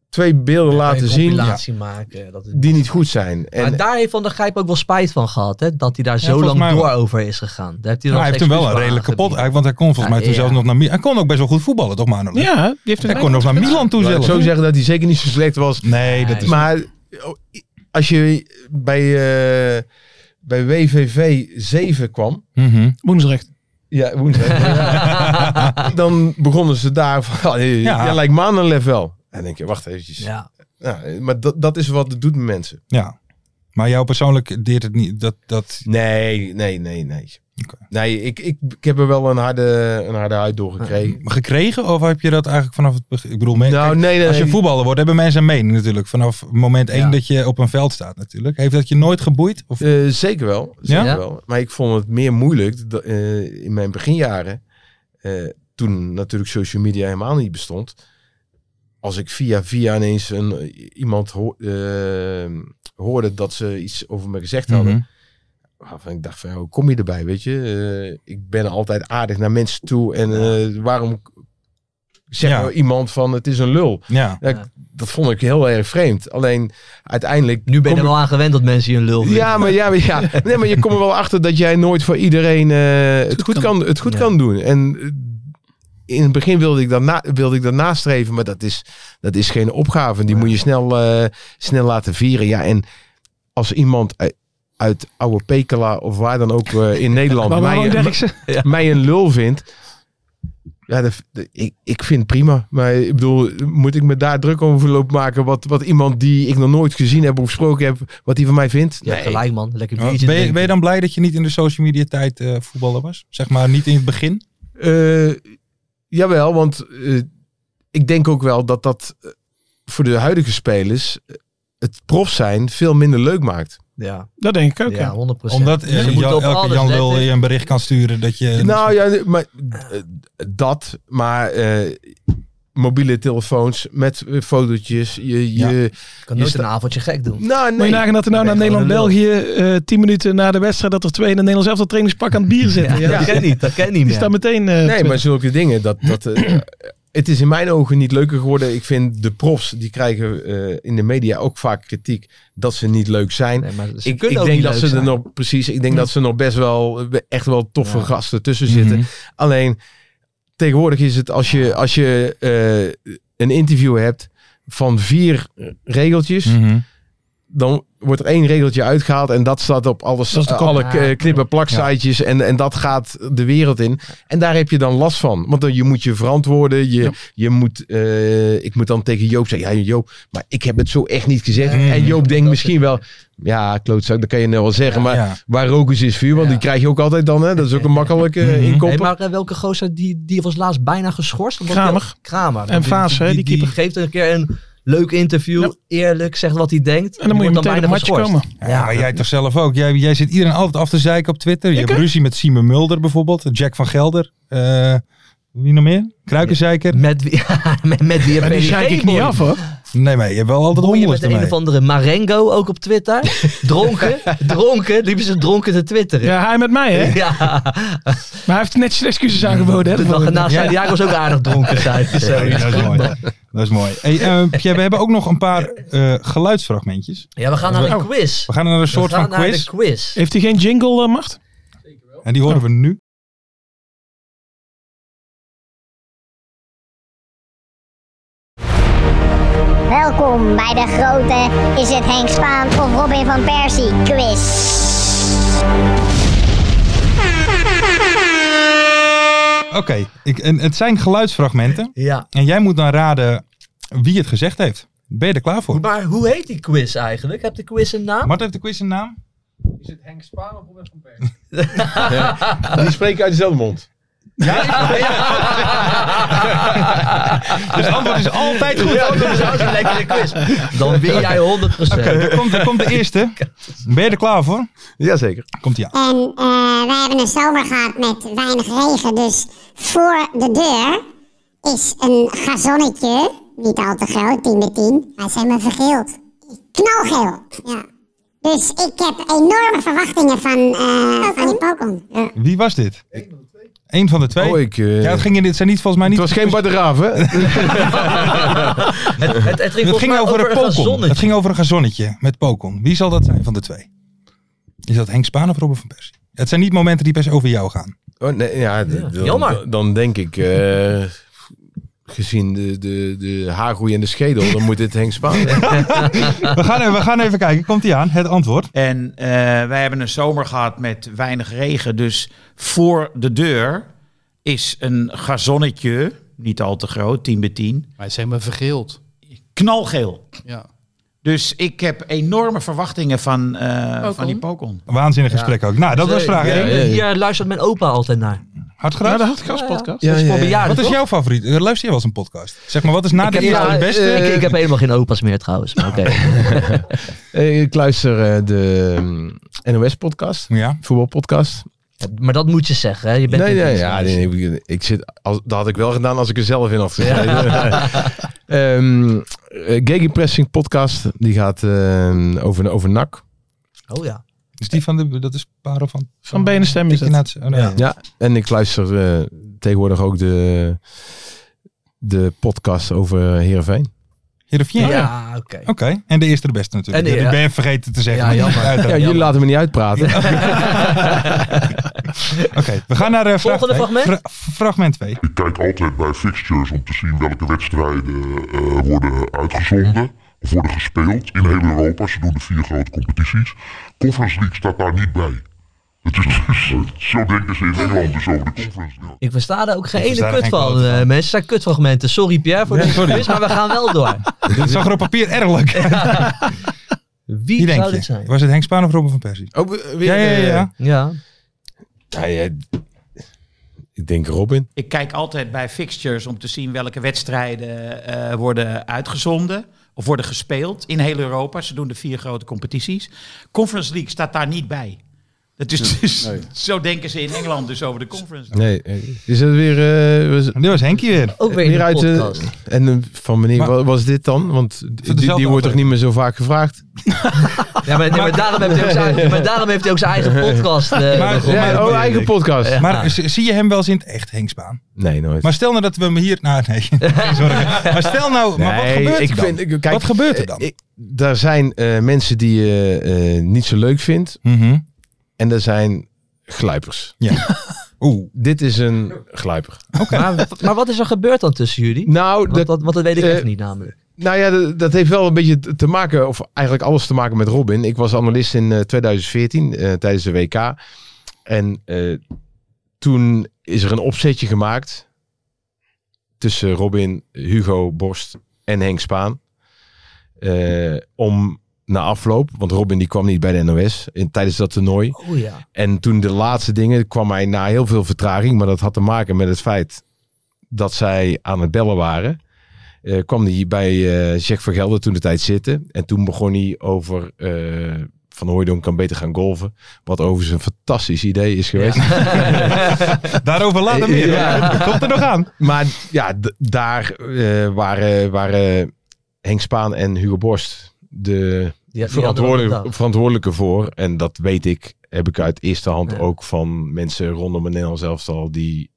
twee beelden laten Een zien compilatie maken. Dat is- die niet goed zijn. En, maar daar heeft Van der Gijp ook wel spijt van gehad, hè? Dat hij daar zo volgens lang mij door wel. over is gegaan. Daar heeft hij, Nou, nog hij heeft hem wel excuus een voor redelijk kapot. aangeboden. eigenlijk, Want hij kon volgens mij Ja, toen zelfs ja. nog naar Milan. Hij kon ook best wel goed voetballen, toch, Manolev? Ja, die heeft Hij een kon nog naar Milan toe laat ik zelfs. zo zeggen dat hij zeker niet zo slecht was. Nee, dat is... Maar oh, i- als je bij, eh, bij WVV 7 kwam, Mhm. Woensrecht. ja, woensdag, ja, dan begonnen ze daar van, "Ah, eh, Ja. jij lijkt me aan een level wel. En dan denk je, wacht eventjes. Ja. Nou, maar dat, dat is wat het doet met mensen. Ja. Maar jou persoonlijk deert het niet. Dat, dat... Nee, nee, nee, nee. Oké. Nee, ik, ik, ik heb er wel een harde, een harde huid door gekregen. Gekregen of heb je dat eigenlijk vanaf het begin? Ik bedoel, men- nou, kijk, nee, nee. als je nee. voetballer wordt, hebben mensen een mening natuurlijk. Vanaf moment één Ja. dat je op een veld staat natuurlijk. Heeft dat je nooit geboeid? Of... Eh, zeker wel, zeker Ja? wel. Maar ik vond het meer moeilijk dat, eh, in mijn beginjaren, eh, toen natuurlijk social media helemaal niet bestond, als ik via via ineens een, iemand ho- eh, hoorde dat ze iets over me gezegd hadden, Mhm. waarvan ik dacht van, ja, hoe kom je erbij, weet je? Eh, ik ben altijd aardig naar mensen toe en eh, waarom zegt Ja. nou iemand van het is een lul? Ja. Ja, Ja. Dat vond ik heel erg vreemd. Alleen uiteindelijk... Nu ben kom je er wel aan gewend dat mensen je een lul vinden. ja, maar, ja, maar, ja. Nee, maar je komt er wel achter dat jij nooit voor iedereen eh, het goed, kan, het goed Ja. kan doen. En eh, in het begin wilde ik dat, na, wilde ik dat nastreven, maar dat is, dat is geen opgave. Die moet je snel, eh, snel laten vieren. Ja, en als iemand uit, uit oude Pekela of waar dan ook eh, in Nederland Maar mij, waarom Derksen? mij een lul vindt, Ja, de- de- ik, ik vind het prima. Maar ik bedoel, moet ik me daar druk over lopen maken? Wat, wat iemand die ik nog nooit gezien heb of gesproken heb, wat die van mij vindt? Ja, gelijk man. Lekker Ja, biertje ben, je, drinken. ben je dan blij dat je niet in de social media tijd eh, voetballer was? Zeg maar niet in het begin? Eh, jawel, want eh, ik denk ook wel dat dat eh, voor de huidige spelers eh, het prof zijn veel minder leuk maakt. Ja, Dat denk ik ook. ja, Ja. 100 Omdat eh, Ze moeten Jan- op elke alles Jan eh, letten. Lul je een bericht kan sturen dat je... nou ja, maar eh, dat, maar eh, mobiele telefoons met eh, fotootjes. Je, Ja. je, Ik kan nooit sta- een avondje gek doen. Nou, Moet nee. je nagaan dat er nou Ik naar ben gewoon Nederland-België eh, tien minuten na de wedstrijd dat er twee in het Nederlands elftal trainingspak aan het bier Ja, zitten. Ja, Dat die- ken niet, dat ken niet Die meer. staan meteen. eh, nee, maar Twitter. zulke dingen. Dat, dat, eh, het is in mijn ogen niet leuker geworden. Ik vind de profs, die krijgen eh, in de media ook vaak kritiek dat ze niet leuk zijn. Nee, maar ze Dus ik, kunnen ik ook denk niet dat leuk ze er zijn. nog precies. Ik denk dat ze nog best wel eh, echt wel toffe Ja. Mhm. gasten tussen zitten. Alleen tegenwoordig is het als je als je eh, een interview hebt van vier regeltjes, Mhm. dan wordt er één regeltje uitgehaald en dat staat op alles, Dat is de kop. alle Ja. eh, knip- en plaksitejes en, en dat gaat de wereld in. En daar heb je dan last van, want dan, je moet je verantwoorden, je, je moet, eh, ik moet dan tegen Joop zeggen, ja Joop, maar ik heb het zo echt niet gezegd. Mm. En Joop denkt Dat misschien wel, ja klootzak, dat kan je nou wel zeggen, maar Ja. waar rook is is vuur, want Ja. die krijg je ook altijd dan, hè? dat is ook een makkelijke Mhm. eh, Hey, inkopper. maar eh, welke gozer die, die was laatst bijna geschorst? Omdat Kramer. hij- Kramer. En Vaas, hè, die Die keeper. geeft een keer een leuk interview, Ja. eerlijk, zegt wat hij denkt. En dan moet je meteen op het matje komen. Ja, maar jij toch zelf ook. Jij, jij zit iedereen altijd af te zeiken op Twitter. Je Ik, hebt hè? ruzie met Simon Mulder bijvoorbeeld. Jack van Gelder. Eh, wie nog meer? Kruikenzeiker. Met wie, ja, met, met wie heb Maar je die zeik ik niet af hoor. Nee, maar je hebt wel altijd Boeien honderden met de een ermee. of andere Marengo, ook op Twitter. Dronken, dronken, liepen ze dronken te twitteren. Ja, hij met mij hè. Ja. Maar hij heeft netjes excuses aangeboden. Hè, de dag ervoor. erna Ja. Santiago is ook aardig dronken zijn. Dus, eh, Sorry, dat is mooi. Dat is mooi. Hey, eh, Pierre, we hebben ook nog een paar eh, geluidsfragmentjes. Ja, we gaan naar een quiz. We gaan naar een soort we gaan van naar quiz. de quiz. Heeft hij geen jingle, eh, Mart? En die horen we nu. Welkom bij de grote Is het Henk Spaan of Robin van Persie quiz. Oké, ik- en het zijn geluidsfragmenten. Ja. En jij moet dan raden wie het gezegd heeft. Ben je er klaar voor? Maar hoe heet die quiz eigenlijk? Heb de quiz een naam? Mart heeft de quiz een naam. Die spreken uit dezelfde mond. Dus het antwoord is altijd goed. Ja, dat is ook een lekkere quiz. Dan win jij 100%. Oké, daar komt, daar komt de eerste. Ben je er klaar voor? Jazeker. Komt hij aan. En eh, wij hebben een zomer gehad met weinig regen, dus voor de deur is een gazonnetje, niet al te groot, 10 bij 10. Hij is helemaal vergeeld. Knalgeel, ja. Dus ik heb enorme verwachtingen van, eh, van die Pokémon. Ja. Wie was dit? Eén van de twee. Oh, ik, eh, ja, het, ging in, het zijn niet volgens mij het niet. was geen Bart de Raaf, hè? Het, het, het ging, het volgens ging mij over, een Pokon. gazonnetje. Het ging over een gazonnetje met Pokon. Wie zal dat zijn van de twee? Is dat Henk Spaan of Robin van Persie? Het zijn niet momenten die per se over jou gaan. Oh, nee, ja, d- Dan, jammer. Dan denk ik, eh, gezien de, de, de haargroei en de schedel, dan moet dit Henk Spaan zijn. We gaan, even- we gaan even kijken. Komt hij aan? Het antwoord. En eh, wij hebben een zomer gehad met weinig regen. Dus voor de deur is een gazonnetje, niet al te groot, 10 bij 10, Wij zijn maar vergeeld. knalgeel. Ja. Dus ik heb enorme verwachtingen van, eh, van die Pokon. Waanzinnig gesprek ook. Nou, dat was vraag Ja, één. ja, ja. Hier eh, luistert mijn opa altijd naar. Hard Ja, gedaan. de Hartgaspodcast. Dat is voor bejaarden, Wat is toch? jouw favoriet? Eh, Luister je wel eens een podcast? Zeg maar, wat is na Ik de heb, eerste ja, het beste? ik, ik heb helemaal geen opa's meer trouwens. Maar oké. Eh, ik luister eh, de mm, NOS-podcast, Ja. voetbalpodcast. maar dat moet je zeggen. Hè. Je bent Nee, niet nee, eens ja, anders. nee, nee, ik, ik zit, als, dat had ik wel gedaan als ik er zelf in had gezeten. Ehm Pressing podcast, die gaat ehm, over, over NAC. Oh ja. Dus die van de, dat is Paro van... Van Benen Stem is het. Tikkenaats- oh, nee. Ja. Ja, en ik luister eh, tegenwoordig ook de, de podcast over Heerenveen. Heerenveen? Ja, Oh, ja. oké. Oké, en de eerste de beste natuurlijk. En de- Ja, ja. Ik ben je vergeten te zeggen. Ja, jammer. Uiteraard. Ja, jullie laten me niet uitpraten. Oké, we gaan naar eh, vraag Volgende twee. fragment? Fra- fragment 2. Ik kijk altijd bij fixtures om te zien welke wedstrijden eh, worden uitgezonden. Of worden gespeeld in heel Europa. Ze doen de vier grote competities. Conference League staat daar niet bij. Het is, zo denken ze in Engeland dus over de conference. League. Ik versta daar ook geen Ik ene versta er kut geen van. klote eh, van. mensen zijn kutfragmenten. Sorry Pierre voor Ja, deze sorry. quiz, maar we gaan wel door. Het zag er op papier erg leuk uit. Wie denk zou je? dit zijn? Was het Henk Spaan of Robin van Persie? Oh, weer, ja, ja, ja, ja. Ja. Ja, ja, ik denk Robin. Ik kijk altijd bij fixtures om te zien welke wedstrijden eh, worden uitgezonden of worden gespeeld in heel Europa. Ze doen de vier grote competities. Conference League staat daar niet bij. Dat is dus, Zo denken ze in Engeland dus over de Conference League. Nee, eh, is het weer... eh, was, Dit was Henkie weer. Ook weer in de uit de- podcast. En eh, van meneer, Maar- wa- was dit dan? Want die, die dezelfde wordt toch niet meer zo vaak gevraagd? Ja, maar, nee, maar, daarom heeft hij ook zijn, maar daarom heeft hij ook zijn eigen podcast. eh, Maar- nog. Ja, Ja, dat oh, weet eigen ik. podcast. Ja. Maar z- zie je hem wel eens in het echt, Henk Spaan? Nee, nooit. Maar stel nou dat we hem hier... Nou, nee. geen zorgen. Maar stel nou... maar wat Nee, gebeurt ik er dan? vind- ik- kijk, wat gebeurt er dan? eh, ik- daar zijn eh, mensen die je eh, niet zo leuk vindt. Mhm. En er zijn gluipers. Ja. Oeh. Dit is een gluiper. maar, maar wat is er gebeurd dan tussen jullie? Nou, Want dat, dat, want dat weet ik eh, echt niet namelijk. nou ja, dat, dat heeft wel een beetje te maken, of eigenlijk alles te maken met Robin. Ik was analist in eh, 2014 eh, tijdens de WK. En eh, toen is er een opzetje gemaakt tussen Robin, Hugo Borst en Henk Spaan. Eh, om na afloop, want Robin die kwam niet bij de NOS in, tijdens dat toernooi. Oh ja. En toen de laatste dingen kwam hij na heel veel vertraging, maar dat had te maken met het feit dat zij aan het bellen waren. eh, kwam hij bij eh Jack van Gelder toen de tijd zitten. En toen begon hij over eh, Van Hooijdonk kan beter gaan golven. Wat overigens een fantastisch idee is geweest. Daarover later meer. Ja. hoor. Komt er nog Oh, aan. Maar ja, d- daar eh, waren, waren Henk Spaan en Hugo Borst de Die- die hadden verantwoordelijke, dat verantwoordelijke voor. En dat weet ik, heb ik uit eerste hand Ja. ook van mensen rondom mijn Nederlands elftal die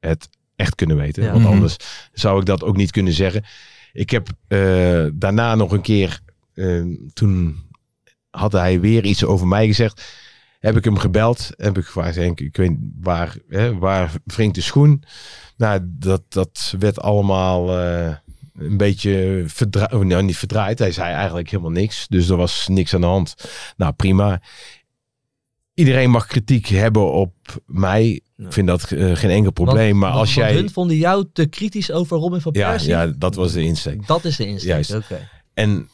het echt kunnen weten. Ja. Want Mhm. anders zou ik dat ook niet kunnen zeggen. Ik heb eh, daarna nog een keer, eh, toen had hij weer iets over mij gezegd. Heb ik hem gebeld, heb ik gevraagd, Henk, ik weet waar, hè, waar wringt de schoen? Nou, dat, dat werd allemaal eh, een beetje verdraaid. Nou, niet verdraaid. Hij zei eigenlijk helemaal niks. Dus er was niks aan de hand. Nou, prima. Iedereen mag kritiek hebben op mij. Ja. Ik vind dat eh, geen enkel Want- probleem. maar want- als want jij... hun vonden jou te kritisch over Robin van ja, Persie? ja, dat was de insteek. Dat is de insteek, Juist. oké. En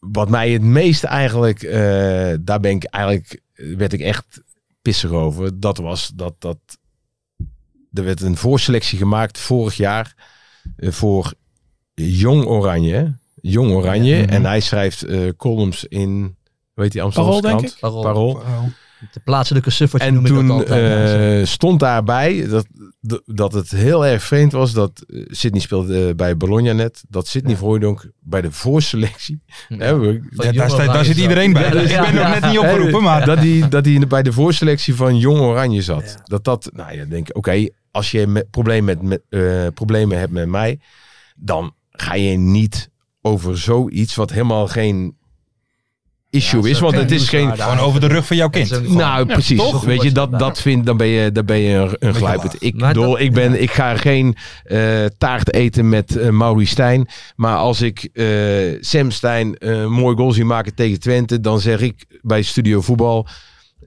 wat mij het meest eigenlijk, eh, daar ben ik eigenlijk, eh, werd ik echt pissig over. Dat was dat, dat er werd een voorselectie gemaakt vorig jaar eh, voor Jong Oranje. hè? Jong Oranje. mhm. En hij schrijft eh, columns in, weet je, Amsterdamse Parool, denk krant. ik? Parool. Parool. De plaatselijke suffertje En noem ik toen dat altijd. ja, eh, stond daarbij dat, d- dat het heel erg vreemd was dat eh, Sydney speelde eh, bij Bologna net. Dat Sydney Vroidonk bij de voorselectie. Ja. hè, Van we- Ja, Jong daar, staat- daar Oranje zit zo. iedereen bij. Ja, dus- ik ben ja. dus- nog net niet opgeroepen, maar... dat hij dat die bij de voorselectie van Jong Oranje zat. Dat dat, nou ja, denk ik, oké, als je met, probleem met, met, eh, problemen hebt met mij, dan ga je niet over zoiets wat helemaal geen issue Ja, is. zo Want geen het is geen. nieuwswaarde. Gewoon over de rug van jouw kind. Dat is ook- Nou, precies. toch? Weet je, dat, dat vind, dan ben je, dan ben je een, een gluipert. Ik, Maar bedoel, dat- ik, ben, ik ga geen eh, taart eten met eh Mauri Stijn. Maar als ik eh, Sam Stijn eh, een mooi goal zie maken tegen Twente, dan zeg ik bij Studio Voetbal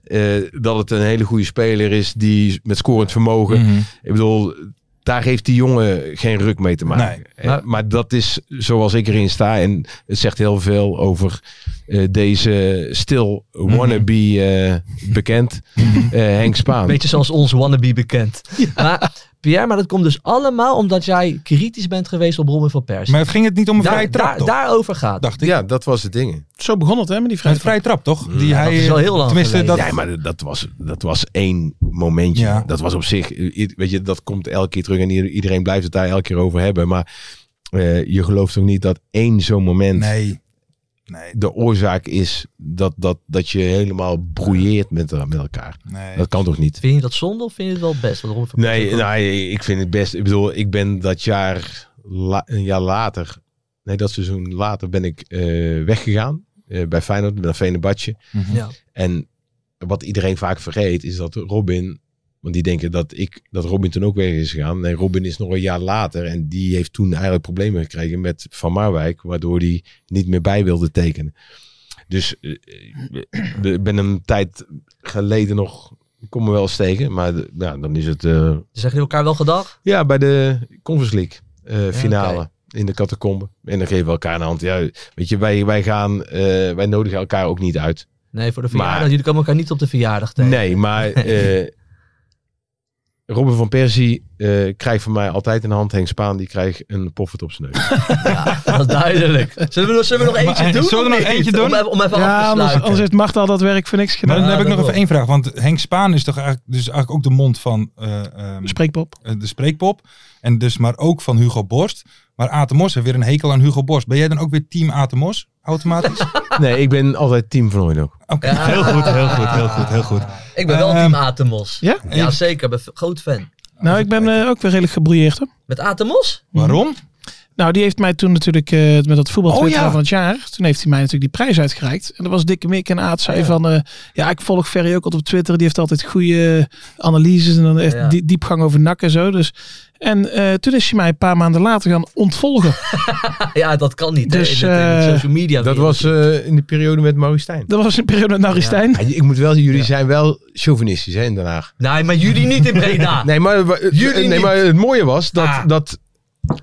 eh, dat het een hele goede speler is die met scorend vermogen. Mhm. Ik bedoel, daar heeft die jongen geen ruk mee te maken. Nee. Nou- Eh, maar, dat is zoals ik erin sta. En het zegt heel veel over eh, deze stil Mhm. wannabe eh, bekend eh, Henk Spaan. Beetje zoals ons wannabe bekend. Maar, Pierre, maar dat komt dus allemaal omdat jij kritisch bent geweest op Robin van Persie. Maar het ging het niet om een Daar- vrije trap, daar, toch? daarover gaat. het. Dacht ik. Ja, dat was het ding. Zo begon het, hè, met die Een vrijheid. vrije trap, toch? Die hij, Mm. is wel heel lang Tenminste, geleden. dat, Ja, maar dat was, dat was één momentje. Ja. Dat was op zich, eh, i- weet je, dat komt elke keer terug en i- iedereen blijft het daar elke keer over hebben. Maar eh, je gelooft toch niet dat één zo'n moment Nee. Nee, de oorzaak is dat, dat, dat je helemaal broeieert met, eh, met elkaar. nee. Dat kan toch niet? Vind je dat zonde of vind je het wel best? wat Robin van Nee, nou, Persie- nee, ik vind het best. Ik bedoel, ik ben dat jaar, la- een jaar later, nee, dat seizoen later ben ik eh, weggegaan eh, bij Feyenoord, naar Venebadje. Mhm. Ja. En wat iedereen vaak vergeet is dat Robin, want die denken dat ik, dat Robin toen ook weg is gegaan. Nee, Robin is nog een jaar later en die heeft toen eigenlijk problemen gekregen met Van Marwijk, waardoor die niet meer bij wilde tekenen. Dus eh, eh, ik ben een tijd geleden nog, ik kom me wel eens tegen, maar de- ja, dan is het eh, Ze zeggen elkaar wel gedag. ja, bij de Conference League eh, finale. oké. In de catacombe. En dan geven we elkaar een hand. Ja, weet je, wij, wij gaan, eh, wij nodigen elkaar ook niet uit. Nee, voor de verjaardag. Maar- Jullie komen elkaar niet op de verjaardag tegen. Nee, maar eh Robin van Persie eh, krijgt van mij altijd een hand. Henk Spaan, die krijgt een poffert op zijn neus. Dat is duidelijk. Zullen we, nog- zullen we nog Maar, eentje eh, doen? zullen we of nog niet? eentje doen? Om, even- om even af Ja, te anders, sluiten. anders heeft Macht al dat werk voor niks Maar gedaan. dan Ja, heb ik dat nog even wel. één vraag. Want Henk Spaan is toch eigenlijk, dus eigenlijk ook de mond van eh, ehm, Spreekpop. eh, de spreekpop. En dus maar ook van Hugo Borst. Maar Atemos heeft weer een hekel aan Hugo Borst. Ben jij dan ook weer team Atemos automatisch? Oké, Nee, ik ben altijd team van Hooydonk. Ja. heel goed, heel goed, heel goed, heel goed. Ik ben wel Ehm, team Atemos. ja? Ja, zeker. Ik ben f- groot fan. Nou, ik ben eh, ook weer redelijk gebrouilleerd. Hoor. Met Atemos? Waarom? Nou, die heeft mij toen natuurlijk eh, met dat voetbaltwitter Oh, ja. van het jaar. Toen heeft hij mij natuurlijk die prijs uitgereikt. En dat was Dikke Mick en Aad zei van... eh, ja, ik volg Ferry ook altijd op Twitter. Die heeft altijd goede eh, analyses en dan echt Ja. die- diepgang over nak en zo. Dus. En eh, toen is hij mij een paar maanden later gaan ontvolgen. Ja, dat kan niet. hè, Dus, in, het, in het eh, social media. Dat wereld. was eh, in de periode met Mauristijn. Dat was een periode met Naristijn. Ja, ik moet wel zeggen, jullie zijn wel chauvinistisch hè, in Den Haag. Nee, maar jullie niet in Breda. Nee, maar, wa- eh, Jullie nee, niet. maar het mooie was dat, Ah. dat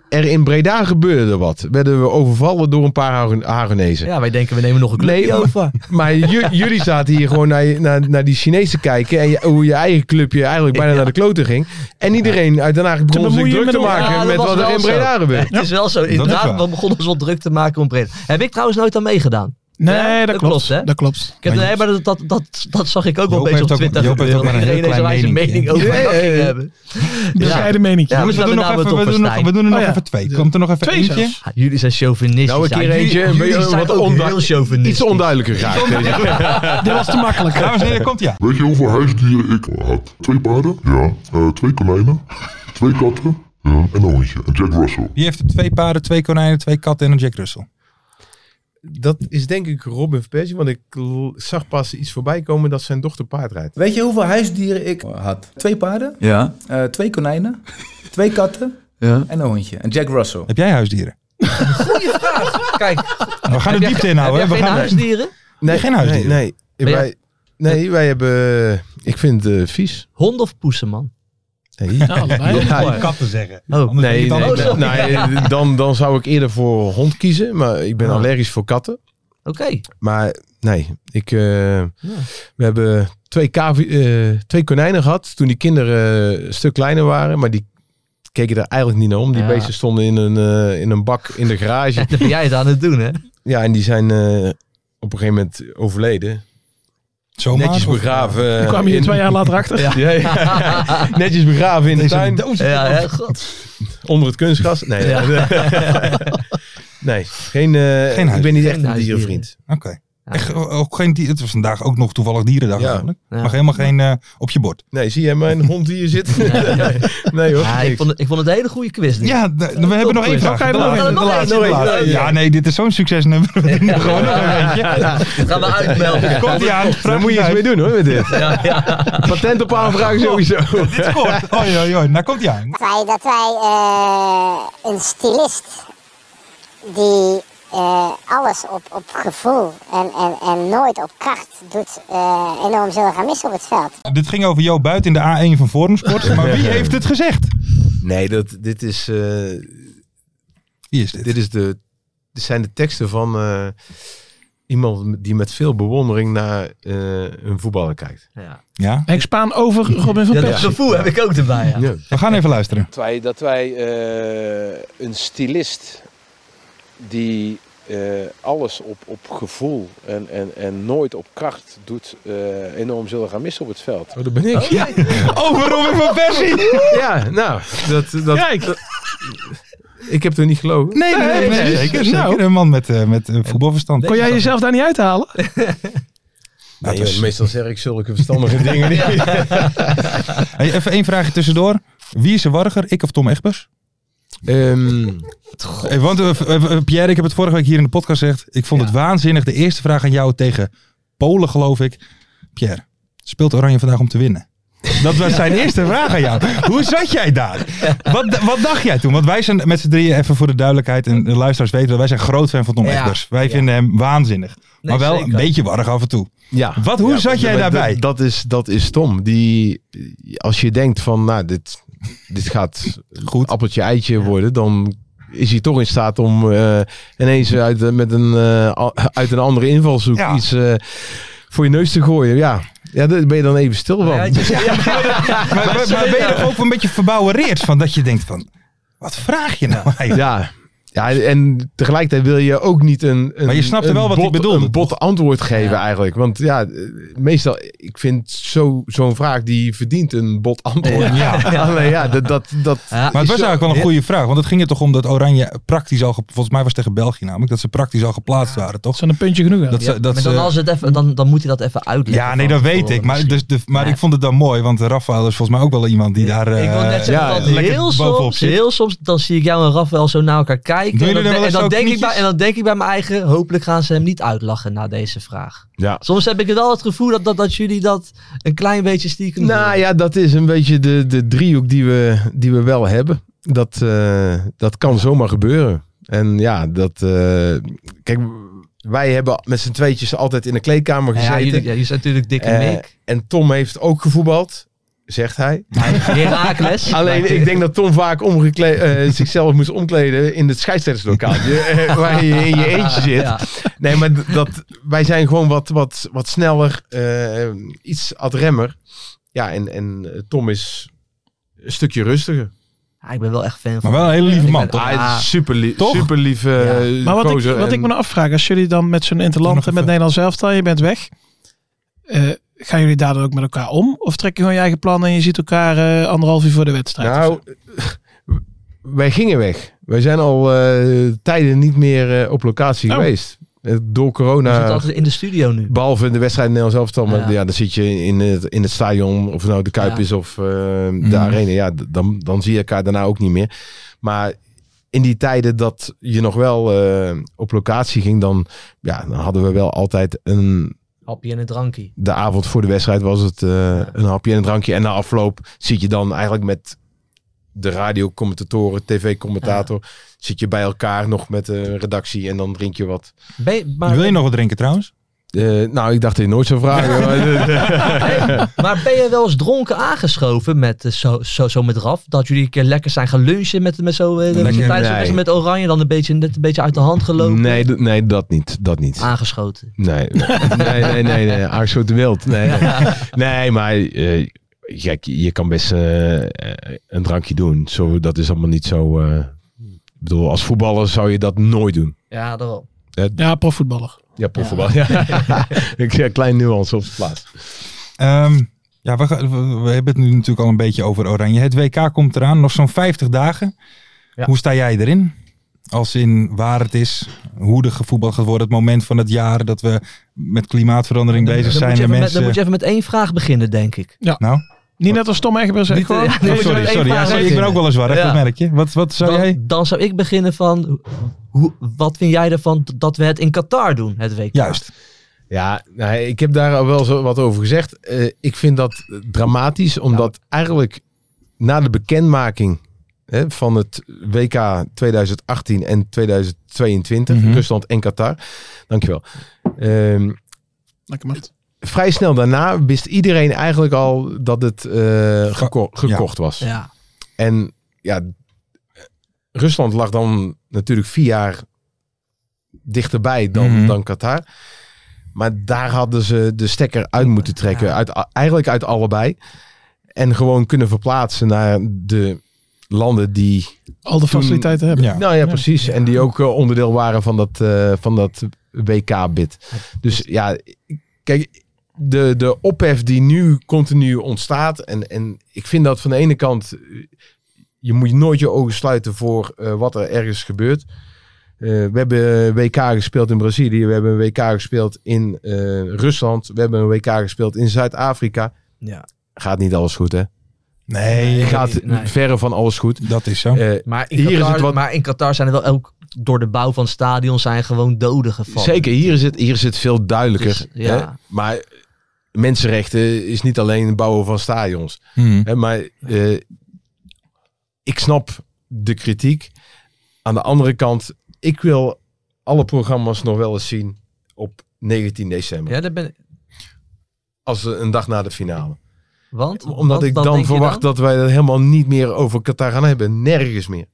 er in Breda gebeurde wat. Werden we overvallen door een paar Hagen- Hagenezen. Ja, wij denken we nemen nog een clubje Nee, maar, over. maar ju- jullie zaten hier gewoon naar, je- naar, naar die Chinezen te kijken. En je- hoe je eigen clubje eigenlijk bijna naar de kloten ging. En iedereen uit Den Haag begon zich bemoeien druk met te elkaar. maken Ja, dat met was wat er wel in zo. Breda gebeurde. Het is wel zo. is Inderdaad, waar. we begonnen ons wat druk te maken om Breda. Heb ik trouwens nooit aan meegedaan. Nee, Ja, dat, dat klopt. klopt, hè? dat klopt. Ik heb, Maar nee, maar dat, dat, dat, dat zag ik ook wel Joop een beetje heeft op ook- Twitter. Joop heeft gebeuren. ook maar een Iedereen heel deze wijze klein mening meningje. over Ja, Nak ja, ja. ging hebben. Bescheiden mening. Ja, we, misschien doen nog laten we even, we, doen nog, Stijn. we doen er nog Oh ja. even twee. Komt er nog even Twee eentje? zelfs. Ja, jullie zijn chauvinistisch. Nou, een keer Ja, eentje. Jullie, een beetje jullie zijn wat ook ondu- heel chauvinistisch. iets onduidelijker geraakt. Dit was te makkelijk. Dames en heren, komt ja. Weet je hoeveel huisdieren ik had? Twee paarden? Ja. Eh, twee konijnen? Twee katten? Ja. En een hondje. En Jack Russell. Wie heeft er twee paarden, twee konijnen, twee katten en een Jack Russell? Dat is denk ik Robin van Persie. Want ik l- zag pas iets voorbij komen dat zijn dochter paard rijdt. Weet je hoeveel huisdieren ik had? Twee paarden, Ja, eh, twee konijnen, twee katten ja. en een hondje. En Jack Russell. Heb jij huisdieren? Nou, Goeie vraag. Kijk, We gaan er diepte in houden. heb hè. jij geen Oh, We gaan huisdieren? Nee, geen huisdieren. Nee, nee. jij- Wij, nee wij hebben... Ik vind het eh, vies. Honden of poezen, man? Nee. Ja, allebei. Ja, katten zeggen. Oh. Anders Nee, vind ik het nee, Oh, anders. zo. nee, nee, dan, dan zou ik eerder voor hond kiezen. Maar ik ben Ah. allergisch voor katten. Oké. Maar nee, ik, eh, we hebben twee, kavi- eh, twee konijnen gehad toen die kinderen eh, een stuk kleiner waren. Maar die keken er eigenlijk niet naar om. Die Ja. beesten stonden in een, eh, in een bak in de garage. Dan ben jij het aan het doen, hè? ja, en die zijn eh, op een gegeven moment overleden. Zomaar, Netjes of- begraven. eh, Dan kwam je in- twee jaar later achter. Ja, ja. Netjes begraven in de Deze tuin. doos. Ja, ja, god. Onder het kunstgras? Nee. nee, geen, Geen eh, huis- ik ben niet geen echt een huisdieren. dierenvriend. Oké. Echt, eh, ook geen dier- het was vandaag ook nog toevallig dierendag Ja. eigenlijk. Ja. Mag helemaal geen eh, op je bord. Nee, zie jij mijn hond die hier zit? Nee, hoor. Ja, niks. ik, vond het, ik vond het een hele goede quiz. dit. Ja, d- we hebben nog één vraag. Oké, De nog laatste, één. de Nog laatste, één, de nog één, laatste. nog één. Ja, nee, dit is zo'n succesnummer. We doen er gewoon nog een eentje. Gaan we uitmelden. Komt ie aan. Daar Vraag moet je iets uit. mee doen hoor, met dit. Ja, ja. Patent op aanvraag sowieso. Dit scoort. Oei, oei, oei. Nou komt ie aan. Het feit dat wij eh, een stylist die eh, alles op, op gevoel en, en, en nooit op kracht doet, eh, enorm zullen gaan missen op het veld. Dit ging over Jo Buiten in de A1 van Forumsport. Maar wie heeft het gezegd? Nee, dat, dit, is, eh, Wie is dit? dit, is de, dit zijn de teksten van eh, iemand die met veel bewondering naar eh, een voetballer kijkt. ja. Ja. Henk Spaan over Robin van Ja, dat Persie. gevoel heb ik ook erbij. Ja. Ja. We gaan even luisteren. Het feit dat wij eh, een stylist die eh, alles op, op gevoel en, en, en nooit op kracht doet, eh, enorm zullen gaan missen op het veld. Oh, dat ben ik. ja. Oh, Over Robin van Persie. ja, nou, dat, dat, Kijk. ik heb er niet gelogen. Nee, nee, nee. Nee, precies. zeker, Nou, zeker. Een man met, eh, met eh, voetbalverstand. kon jij jezelf daar niet uithalen? Dat Nee, is- joh, meestal zeg ik zulke verstandige dingen niet. Hey, even één vraagje tussendoor. Wie is de warriger? Ik of Tom Egbers? Ehm, Hey, want eh, eh, eh, Pierre, ik heb het vorige week hier in de podcast gezegd. Ik vond het waanzinnig. De eerste vraag aan jou tegen Polen, geloof ik. Pierre, speelt Oranje vandaag om te winnen? Dat was zijn eerste vraag aan jou. Hoe zat jij daar? Wat, wat dacht jij toen? Want wij zijn met z'n drieën, even voor de duidelijkheid, en de luisteraars weten dat wij zijn groot fan van Tom Ja, Egbers. Wij vinden hem waanzinnig. maar wel een zeker. beetje warrig af en toe. Ja. Wat, hoe Ja, zat jij dat- daarbij? Dat, dat is, dat is Tom. Die, als je denkt van, nou, dit, dit gaat goed appeltje-eitje worden, dan is hij toch in staat om eh, ineens uit, eh, met een, eh, a- uit een andere invalshoek iets eh, voor je neus te gooien. Ja. ja, daar ben je dan even stil van. Maar, maar- maar ben je toch ook een beetje verbouwereerd van dat je denkt van, wat vraag je nou eigenlijk? Ja. Ja, en tegelijkertijd wil je ook niet een, een, Maar je snapte een wel wat hij bot, bedoelde. een bot antwoord geven eigenlijk. Want ja, eh, meestal, ik vind zo, zo'n vraag die verdient een bot antwoord. Ja. Alleen ja, dat, dat, dat Maar het is was zo- eigenlijk wel een goede vraag. Want het ging er toch om dat Oranje praktisch al... ge- Volgens mij was het tegen België namelijk. Dat ze praktisch al geplaatst waren, toch? Zo'n puntje genoeg. Dat ze, dat maar dan, ze- als het even, dan, dan moet hij dat even uitleggen. ja, nee, van dat weet tevoren ik. Maar, misschien. dus de, maar Ja. ik vond het dan mooi. Want Rafael is volgens mij ook wel iemand die daar... Ik wil net eh, zeggen, dat lekker heel, bovenop soms, zit. heel soms, dan zie ik jou en Raf wel zo naar elkaar kijken. Doen en, jullie dan, dan wel en, eens dan zo denk ik bij, knietjes? en dan denk ik bij mijn eigen, hopelijk gaan ze hem niet uitlachen na deze vraag. Ja. Soms heb ik wel het gevoel dat, dat, dat jullie dat een klein beetje stiekem Nou ja, dat is een beetje de, de driehoek die we, die we wel hebben. Dat, eh, dat kan zomaar gebeuren. En ja, dat... eh, kijk, wij hebben met z'n tweetjes altijd in de kleedkamer Ja, Nou ja, gezeten. jullie, ja, je zijn natuurlijk dikke Eh, Mick. Nou, en Tom heeft ook gevoetbald, zegt hij. Herakles. Alleen ik denk dat Tom vaak omgekle- eh, zichzelf moest omkleden in het scheidsrechterslokaal. Je- eh, waar je in je eentje zit. Ja. Nee, maar d- dat, wij zijn gewoon wat, wat, wat sneller, eh, iets ad remmer. Ja, en, en eh, Tom is een stukje rustiger. Ja, ik ben wel echt fan van Maar wel een hele lieve man, Ik ben- toch? Hij Ah. is super, lief, Toch? super lief eh, Maar wat, ik, gozer wat en- ik me nou afvraag, als jullie dan met zo'n interland en met Nederland zelf dan, je bent weg. eh, gaan jullie daardoor ook met elkaar om? Of trek je gewoon je eigen plannen en je ziet elkaar eh, anderhalf uur voor de wedstrijd? of Nou, zo? wij gingen weg. Wij zijn al eh, tijden niet meer eh, op locatie Oh. Dus geweest. Eh, Door We corona... zitten altijd in de studio nu. Behalve in de wedstrijd Nederlands elftal. Maar Ja. ja. dan zit je in het, in het stadion. Of het nou de Kuip Ja. is of eh, de Arena. Ja, d- dan, dan zie je elkaar daarna ook niet meer. Maar in die tijden dat je nog wel eh, op locatie ging. Dan, ja, dan hadden we wel altijd een... Happy en een drankie. De avond voor de wedstrijd was het eh, een hapje en een drankje. En na afloop zit je dan eigenlijk met de radiocommentatoren, tv-commentator. Zit je bij elkaar nog met de redactie. En dan drink je wat. Ben je- maar, Wil je nog wat drinken trouwens? Eh, nou, ik dacht dat je nooit zou vragen. maar- maar ben je wel eens dronken aangeschoven met, eh, zo, zo, zo met Raf? Dat jullie een keer lekker zijn gaan lunchen met, met, zo, eh, Lekker, tijdens de nee. wedstrijd met Oranje. Dan een beetje, net een beetje uit de hand gelopen. Nee, d- nee, dat niet. Dat niet. Ah. Aangeschoten. Nee, nee, nee, nee. nee. Aangeschoten wild. Nee, nee. Nee, maar eh, gek, je kan best eh, eh, een drankje doen. Zo, dat is allemaal niet zo... eh, ik bedoel, als voetballer zou je dat nooit doen. Ja, daarom. ja, profvoetballer. Ja, profvoetbal. Ja. Ik zeg klein nuance op de plaats. Ehm, ja, we, gaan- we- we hebben het nu natuurlijk al een beetje over Oranje. Het WK komt eraan. Nog zo'n 50 dagen. Ja. Hoe sta jij erin? Als in waar het is, hoe de gevoetbald gaat worden, het moment van het jaar dat we met klimaatverandering Dan, bezig moet je zijn. even en met- mensen... dan moet je even met één vraag beginnen, denk ik. Nou, Niet net als Tom Egbers, zeg Niet, gewoon. eh, Dan nee, moet je sorry, wel sorry. één Ja, vraag sorry, ik weten. ben ook wel eens warrig, Ja. dat merk je. Wat, wat zou jij... Dan, dan zou ik beginnen van, hoe, wat vind jij ervan dat we het in Qatar doen, het WK? Juist. Ja, nou, ik heb daar al wel zo wat over gezegd. Eh, ik vind dat dramatisch, omdat eigenlijk na de bekendmaking hè, van het WK 2018 en 2022, Mhm. Rusland en Qatar, dankjewel. Ehm Lekker macht. vrij snel daarna wist iedereen eigenlijk al dat het eh, geko- gekocht was. Ja. En ja, Rusland lag dan natuurlijk vier jaar dichterbij dan, Mhm. dan Qatar. Maar daar hadden ze de stekker uit moeten trekken. Ja. Uit, eigenlijk uit allebei. En gewoon kunnen verplaatsen naar de landen die... Al de faciliteiten hebben. Ja. Nou ja, precies. En die ook eh, onderdeel waren van dat, eh, van dat WK-bid. Dus ja, kijk, de, de ophef die nu continu ontstaat. En, en ik vind dat van de ene kant. eh, Je moet nooit je ogen sluiten voor eh, wat er ergens gebeurt. Eh, we hebben WK gespeeld in Brazilië. We hebben een WK gespeeld in eh, Rusland. We hebben een WK gespeeld in Zuid-Afrika. Ja. Gaat niet alles goed, hè? Nee, Gaat nee. verre van alles goed. dat is zo. Eh, Maar in, Hier is Qatar, het wat- maar in Qatar zijn er wel ook door de bouw van het stadion zijn gewoon doden gevallen. Zeker, hier is het, hier is het veel duidelijker. Dus, ja. hè? Maar mensenrechten is niet alleen het bouwen van stadions. Hmm. Hè, maar eh, ik snap de kritiek. Aan de andere kant, ik wil alle programma's nog wel eens zien op 19 december. Ja, daar ben ik. Als eh, een dag na de finale. Want? Omdat Want ik dan denk je verwacht dat wij het helemaal niet meer over Qatar gaan hebben. Nergens meer.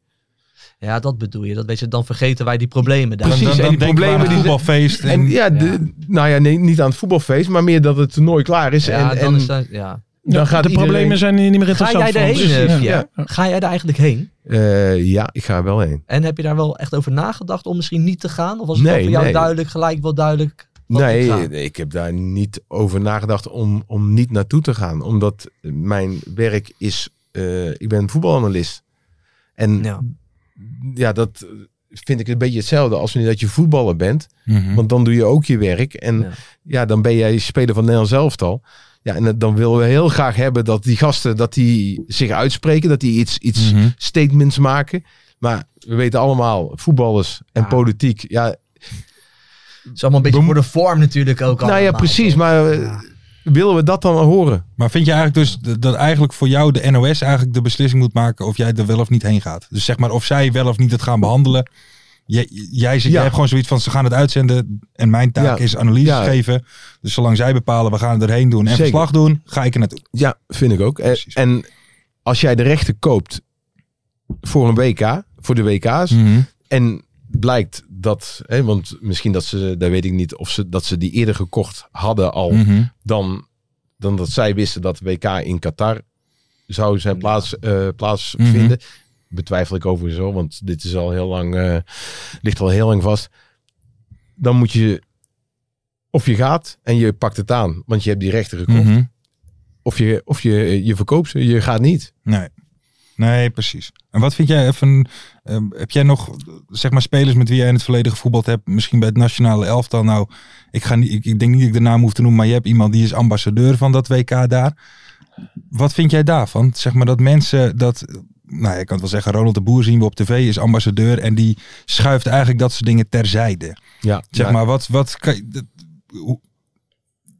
Ja, dat bedoel je. Dat weet je, dan vergeten wij die problemen daar. Precies, en die problemen die voetbalfeest. En, ja, de- nou ja, nee, niet aan het voetbalfeest, maar meer dat het toernooi klaar is. Ja, en, dan en is dat- ja. Ja, de problemen zijn hier niet meer Ga interessant jij voor ons. daarheen, eh, Ja. Pierre? Ga jij daar eigenlijk heen? Eh, ja, ik ga er wel heen. En heb je daar wel echt over nagedacht om misschien niet te gaan? Of was het Nee, dan voor jou nee. duidelijk, gelijk wel duidelijk? wat moet Nee, gaan? ik heb daar niet over nagedacht om, om niet naartoe te gaan. Omdat mijn werk is, eh, ik ben voetbalanalist. En ja. Ja. dat vind ik een beetje hetzelfde als wanneer dat je voetballer bent. Mhm. Want dan doe je ook je werk. En ja, Ja. dan ben jij speler van Nederland elftal. Ja, en dan willen we heel graag hebben dat die gasten dat die zich uitspreken. Dat die iets, iets Mhm. statements maken. Maar we weten allemaal, voetballers en Ja. politiek. Ja, Het is allemaal een beetje voor de vorm natuurlijk ook nou ja, allemaal, precies. toch? Maar eh, willen we dat dan horen? Maar vind je eigenlijk dus d- dat eigenlijk voor jou de NOS eigenlijk de beslissing moet maken of jij er wel of niet heen gaat? Dus zeg maar of zij wel of niet het gaan behandelen. Jij, jij, zit, Ja. jij hebt gewoon zoiets van ze gaan het uitzenden en mijn taak Ja. is analyses Ja. geven. Dus zolang zij bepalen we gaan er erheen doen en Zeker. verslag doen, ga ik er naartoe. Ja, vind ik ook. Eh, Precies. En als jij de rechten koopt voor een WK, voor de WK's, en blijkt dat, hè, want misschien dat ze, daar weet ik niet of ze dat ze die eerder gekocht hadden al, Mhm. dan, dan dat zij wisten dat WK in Qatar zou zijn plaats, eh, plaatsvinden. Mhm. Betwijfel ik overigens wel, want dit is al heel lang, eh, ligt al heel lang vast. Dan moet je, of je gaat en je pakt het aan, want je hebt die rechten gekocht. Mhm. Of je, of je, je verkoopt ze, je gaat niet. Nee. Nee, precies. En wat vind jij even, ehm, heb jij nog, zeg maar, spelers met wie jij in het verleden gevoetbald hebt, misschien bij het nationale elftal? Nou, ik, ga niet, ik, ik denk niet dat ik de naam hoef te noemen, maar je hebt iemand die is ambassadeur van dat WK daar. Wat vind jij daarvan? Zeg maar dat mensen dat, nou, je kan het wel zeggen, Ronald de Boer zien we op tv, is ambassadeur en die schuift eigenlijk dat soort dingen terzijde. Ja, Zeg maar, wat, wat kan je- dat- hoe-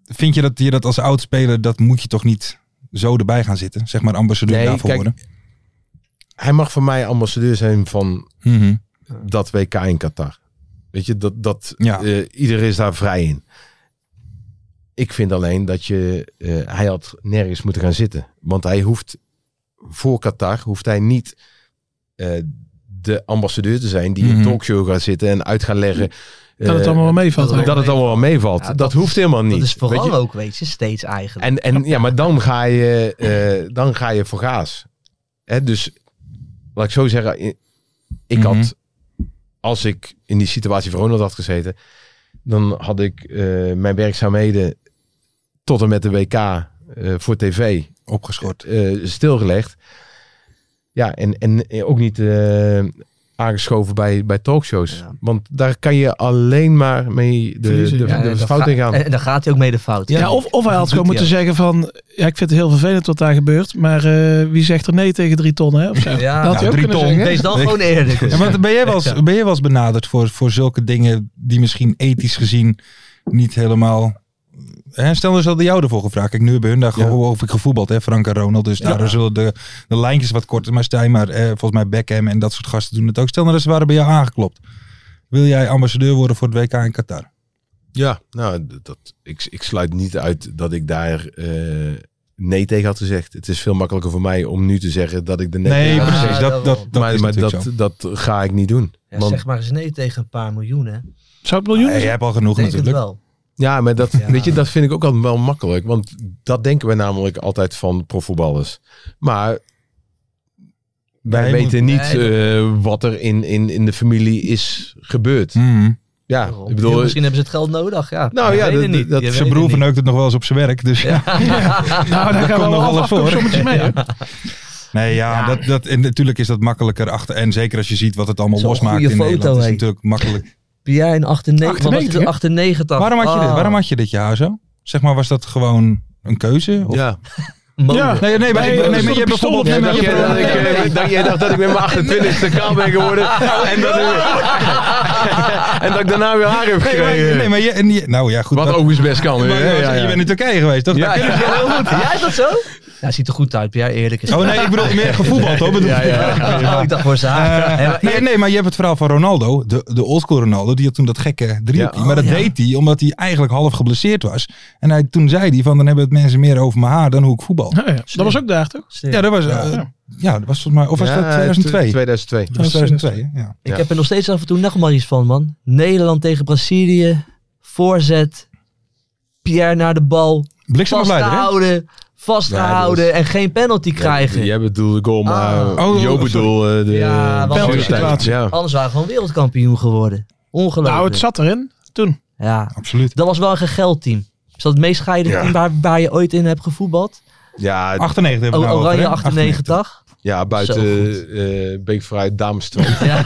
vind je dat je dat als oudspeler, dat moet je toch niet zo erbij gaan zitten? Zeg maar ambassadeur Nee, daarvoor kijk, worden. Hij mag voor mij ambassadeur zijn van Mhm. dat WK in Qatar. Weet je, dat, dat Ja. eh, iedereen is daar vrij in. Ik vind alleen dat je, eh, hij had nergens moeten gaan zitten. Want hij hoeft voor Qatar, hoeft hij niet eh, de ambassadeur te zijn die in Mhm. een talkshow gaat zitten en uit gaat leggen. Dat het eh, allemaal wel meevalt. dat het hè? dat het allemaal wel meevalt. Ja, dat, dat hoeft helemaal niet. Dat is Weet vooral je, ook, weet je, steeds eigenlijk. En, en ja, maar dan ga je, eh, dan ga je voor gaas. Hè, dus laat ik zo zeggen, i- ik Mhm. had, als ik in die situatie van Ronald had gezeten, dan had ik eh, mijn werkzaamheden tot en met de WK eh, voor tv Opgeschort. eh, stilgelegd. Ja, en, en eh, ook niet eh, aangeschoven bij, bij talkshows. Ja. Want daar kan je alleen maar mee de, de, Verliezen. de, Ja, en dan dus fout in ga- gaan. En dan gaat hij ook mee de fout. Ja, of, of hij had gewoon moeten zeggen van, ja, ik vind het heel vervelend wat daar gebeurt, maar eh, wie zegt er nee tegen drie ton, hè? Of zo. Nou, Ja. Dat had hij Ja, ook drie kunnen ton. zeggen. Wees dan Nee. gewoon eerlijk. Ja, maar ben jij wel eens, ben jij wel eens benaderd voor, voor zulke dingen die misschien ethisch gezien niet helemaal... Hè, stel dus dat jou ervoor gevraagd. Kijk, nu hebben hun daar Ja. gewoon over gevoetbald, hè, Frank en Ronald. Dus daar zullen de, de lijntjes wat korter maar zijn. Maar eh, volgens mij Beckham en dat soort gasten doen het ook. Stel nou dat ze waren bij jou aangeklopt. Wil jij ambassadeur worden voor het WK in Qatar? Ja, nou, d- dat, ik, ik sluit niet uit dat ik daar eh, nee tegen had gezegd. Het is veel makkelijker voor mij om nu te zeggen dat ik er nee, Nee, tegen had precies. gezegd. precies. Dat, dat, dat maar is maar natuurlijk dat, zo. dat ga ik niet doen. Ja, Want- Dus zeg maar eens nee tegen een paar miljoen, hè. Ik Zou het miljoenen Nee, jij zijn? hebt al genoeg denk het natuurlijk. wel. ja, maar dat, Ja. Weet je, dat vind ik ook altijd wel makkelijk. Want dat denken wij namelijk altijd van profvoetballers. Maar wij Nee, je weten moet- niet eh, wat er in, in, in de familie is gebeurd. Mhm. Ja, Waarom? ik bedoel... misschien hebben ze het geld nodig, ja. Nou Je ja, weet het dat- niet. dat- nou Je Zijn weet broer het niet. verneukt het nog wel eens op zijn werk. Dus ja. Nou, daar Dat gaan komt we nog nog wel wel eens af, voor. sommetje mee, hè? Nee, ja, Dat, dat, en natuurlijk is dat makkelijker achter. En zeker als je ziet wat het allemaal Zo'n losmaakt in goede foto, Nederland. is hè. natuurlijk makkelijk. Pierre in 98. Wat was het, 98, hè? 98. Waarom had, je dit, Ah. waarom had je dit jaar zo? Zeg maar, was dat gewoon een keuze? Of, ja, Ja. Nee, nee, maar, Nee, ik- nee, dat is maar een je hebt pistool bijvoorbeeld... op nee, je maar- nek. Jij dacht dat ik, eh, dacht- jij dacht dat ik met mijn 28ste kaal ben geworden. En dat, ik- en dat ik daarna weer haar heb Nee, maar- gekregen. nee, maar je, en je- nou ja, goed. Wat dat- overigens best kan. Maar hè? je was- Ja, ja. Je bent in Turkije geweest, toch? Ja, Daar kunnen ze wel heel goed. Ja, is dat zo? Ja, ziet er goed uit. Ja, eerlijk is Oh nee, ik bedoel meer gevoetbald hoor. Bedoel- Ja, ja, Oh, ik dacht voor zijn haar. Eh, Nee, maar- nee, nee, maar je hebt het verhaal van Ronaldo, de, de oldschool Ronaldo, die had toen dat gekke driehoekje. Ja. maar dat Oh, ja. deed hij omdat hij eigenlijk half geblesseerd was. En hij, toen zei hij van, dan hebben het mensen meer over mijn haar dan hoe ik voetbal. Ja, ja. Dat was ook daar, toch? Slim. Ja, dat was, eh, Ja. ja, dat was volgens mij, of was Ja, dat 2002? 2002. Dat was 2002, hè? ja. Ik Ja. heb er nog steeds af en toe nachtmerries van, man. Nederland tegen Brazilië. Voorzet. Pierre naar de bal. Bliksemafleider, hè? Vasthouden. Vasthouden. Ja, dat en geen penalty krijgen. Jij bedoelde de goal, maar Ah. Oh, Jo sorry. bedoel eh, de Ja, wat de een zuurtijd. situatie. Ah. Ja. Anders waren we gewoon wereldkampioen geworden. Ongelooflijk. Nou, het zat erin toen. Ja, Absoluut. dat was wel een gegeld team. Is dat het meest gescheiden Ja. team waar, waar je ooit in hebt gevoetbald? Ja, 98 hebben O- we nou over, Oranje hè? 98. ja, Zo buiten goed. eh Beekvrij, dames 2. Ja.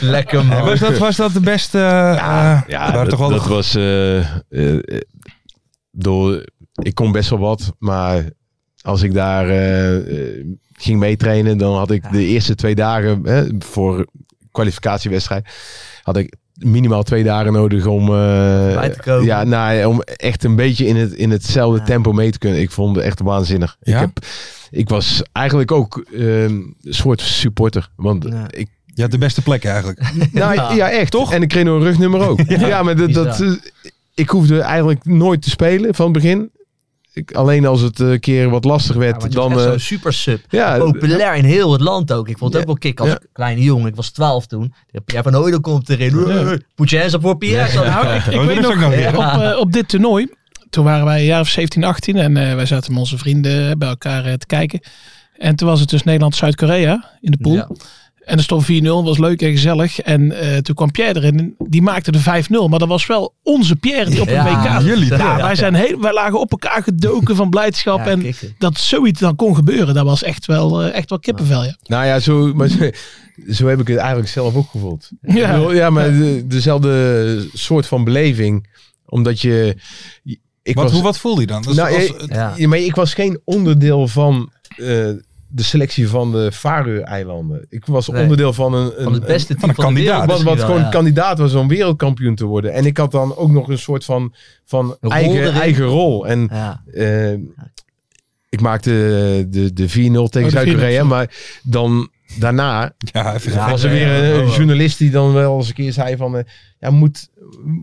Lekker man. Was dat, was dat de beste? Ja, Ja, ja, waren dat, toch wel dat de- was... eh, eh, eh, door, ik kon best wel wat, maar als ik daar eh, eh, ging meetrainen, dan had ik de eerste twee dagen hè, voor kwalificatiewedstrijd, had ik minimaal twee dagen nodig om, eh, te komen. ja, nou, om echt een beetje in, het, in hetzelfde Ja. tempo mee te kunnen. Ik vond het echt waanzinnig. Ja? Ik, heb, ik was eigenlijk ook ehm, een soort supporter, want Ja. ik Je had de beste plek eigenlijk. nou, ja. echt. Toch? En ik kreeg nog een rugnummer ook. ja, maar dat, dat, bizar. eh, ik hoefde eigenlijk nooit te spelen van het begin. Ik, alleen als het eh, een keer wat lastig Ja, werd, want je was dan... echt eh, zo'n super sub. ja, Populair in heel het land ook. Ik vond het Ja. ook wel kick als Ja. kleine jongen. Ik was 12 toen. Pierre van Hooydonk komt erin. Moet je eens op voor Pierre. Nou, ik, ik Oh, dat weet is ook nog, nog eh, weer. op, eh, op dit toernooi, toen waren wij een jaar of 17, 18 en eh, wij zaten met onze vrienden bij elkaar eh, te kijken. En toen was het dus Nederland-Zuid-Korea in de pool. Ja. En er stond 4-0, was leuk en gezellig. En eh, toen kwam Pierre erin, die maakte de 5-0. Maar dat was wel onze Pierre die op het Ja, WK... jullie, Ja, ja. wij, zijn heel, wij lagen op elkaar gedoken van blijdschap. Ja, en kicken. dat zoiets dan kon gebeuren, dat was echt wel, eh, echt wel kippenvel. Ja. Nou ja, zo, maar, zo- zo heb ik het eigenlijk zelf ook gevoeld. Ik Ja. bedoel, ja maar de- dezelfde soort van beleving. Omdat je... Ik Wat, was, hoe, wat voelde je dan? Dat is Nou, als- eh, Ja. Ja, maar ik was geen onderdeel van eh, de selectie van de Faroe-eilanden. Ik was Nee. onderdeel van een... een Van het beste van team een van de kandidaat. wereld Wat- wat, misschien wat wel, gewoon ja. kandidaat was om wereldkampioen te worden. En ik had dan ook nog een soort van, van Een rol eigen, erin. eigen rol. En Ja. eh, ik maakte de, de 4-0 tegen Oh, de Zuid-Korea. 4-0, Maar dan daarna ja, even Ja. gek. was er weer een, een journalist die dan wel eens een keer zei van... eh, ja, moet,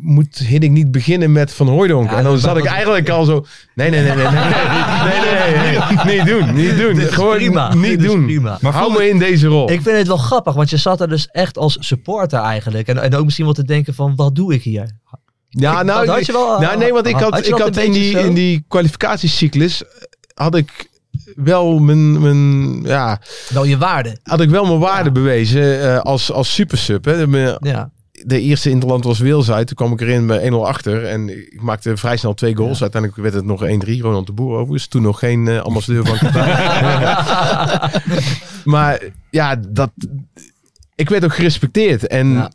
moet Hiddink niet beginnen met Van Hooijdonk? Ja, en dan dat- zat dat- ik eigenlijk al zo... Nee, nee, nee, nee, nee, nee, nee, nee, nee, nee, niet doen, niet doen. Dit is Gewoon prima. niet Dit is doen. prima. Maar Hou me in deze rol. Ik vind het wel grappig, want je zat er dus echt als supporter eigenlijk. En, en ook misschien wel te denken van, wat doe ik hier? Ja, Ik- nou, dat had je wel, eh, nou, nee, want ik had, had je ik dat had een in, beetje die, zo? in die kwalificatiecyclus eh, had ik wel mijn, mijn, ja, Wel je waarde. had ik wel mijn waarde bewezen eh, als, als supersub. Hè. Mijn- Ja. De eerste interland was Wales uit. Toen kwam ik erin bij 1-0 achter. En ik maakte vrij snel twee goals. Uiteindelijk werd het nog 1-3. Ronald de Boer overigens. Toen nog geen eh, ambassadeur van Qatar. maar ja, dat, ik werd ook gerespecteerd. En Ja.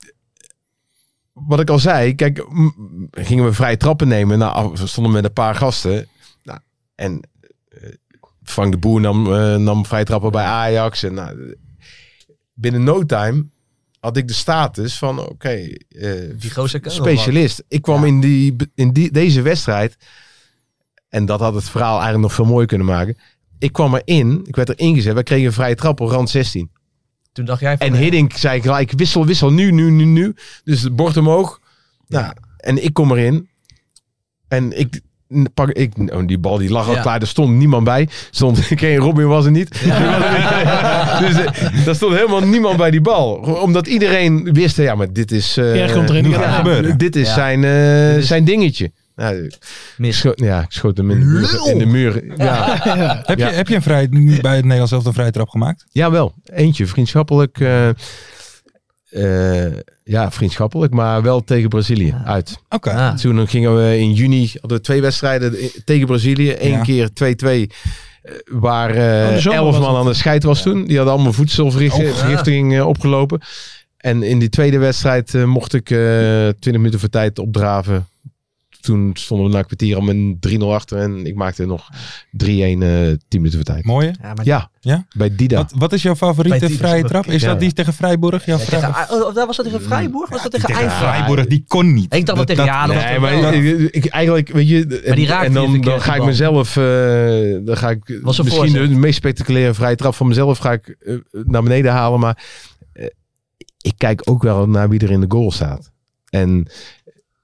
wat ik al zei. Kijk, m- gingen we vrije trappen nemen. Nou, we stonden met een paar gasten. Nou, en eh, Frank de Boer nam, eh, nam vrije trappen bij Ajax. En nou, binnen no time had ik de status van oké, eh, Die gozer kan wel specialist. Ik kwam Ja. in, die, in die, deze wedstrijd, en dat had het verhaal eigenlijk nog veel mooier kunnen maken. Ik kwam erin, ik werd erin gezet, wij kregen een vrije trap op rand 16. wat. Toen dacht jij van, En nee. Hiddink zei gelijk, wissel, wissel, nu, nu, nu, nu. Dus het bord omhoog. Nou, en ik kom erin. En ik n- pak, ik, oh, die bal die lag al Ja. klaar, er stond niemand bij. Stond, geen Robin was er niet. dus eh, daar stond helemaal niemand bij die bal. Omdat iedereen wist, ja, maar dit is... eh, Pierre komt erin. nu gaat het gebeuren. Dit is Ja. zijn, eh, Dit is- zijn dingetje. Nou, ik mis. scho- ja, ik schoot hem in de muur. In de muur. Ja. Heb, Ja. je, heb je een vrij, nu bij het Nederlands zelf een vrije trap gemaakt? Jawel, eentje. Vriendschappelijk. eh, eh, ja, vriendschappelijk, maar wel tegen Brazilië uit. Oké. Ah. Toen gingen we in juni, hadden we twee wedstrijden i- tegen Brazilië. Eén Ja. keer 2-2, eh, waar eh, Oh, de zomer elf was man het. aan de scheid was toen. Die hadden allemaal voedselvergiftiging Oh, ja. vergiftiging, eh, opgelopen. En in die tweede wedstrijd eh, mocht ik eh 20 minuten voor tijd opdraven toen stonden we na een kwartier al met 3-0 achter. En ik maakte nog 3-1 eh 10 minuten voor tijd. Mooie. Ja, maar- Ja, Ja? bij Dida. Wat, wat is jouw Bij favoriete die- vrije trap? Is Ja. dat die tegen Vrijborg? Jouw Tegen, vrije- oh, daar was dat tegen Freiburg? Was dat tegen tegen Eindhoven? Vrijborg, die kon niet. Ik dacht wel tegen ja, dat was Nee, toch maar wel- ik, ik- eigenlijk, weet je, en, die raakte en je dan, verkeerd, dan ga die ik bal. mezelf, eh, dan ga ik Was een misschien voorzet. de meest spectaculaire vrije trap van mezelf ga ik eh, naar beneden halen, maar eh, ik kijk ook wel naar wie er in de goal staat. En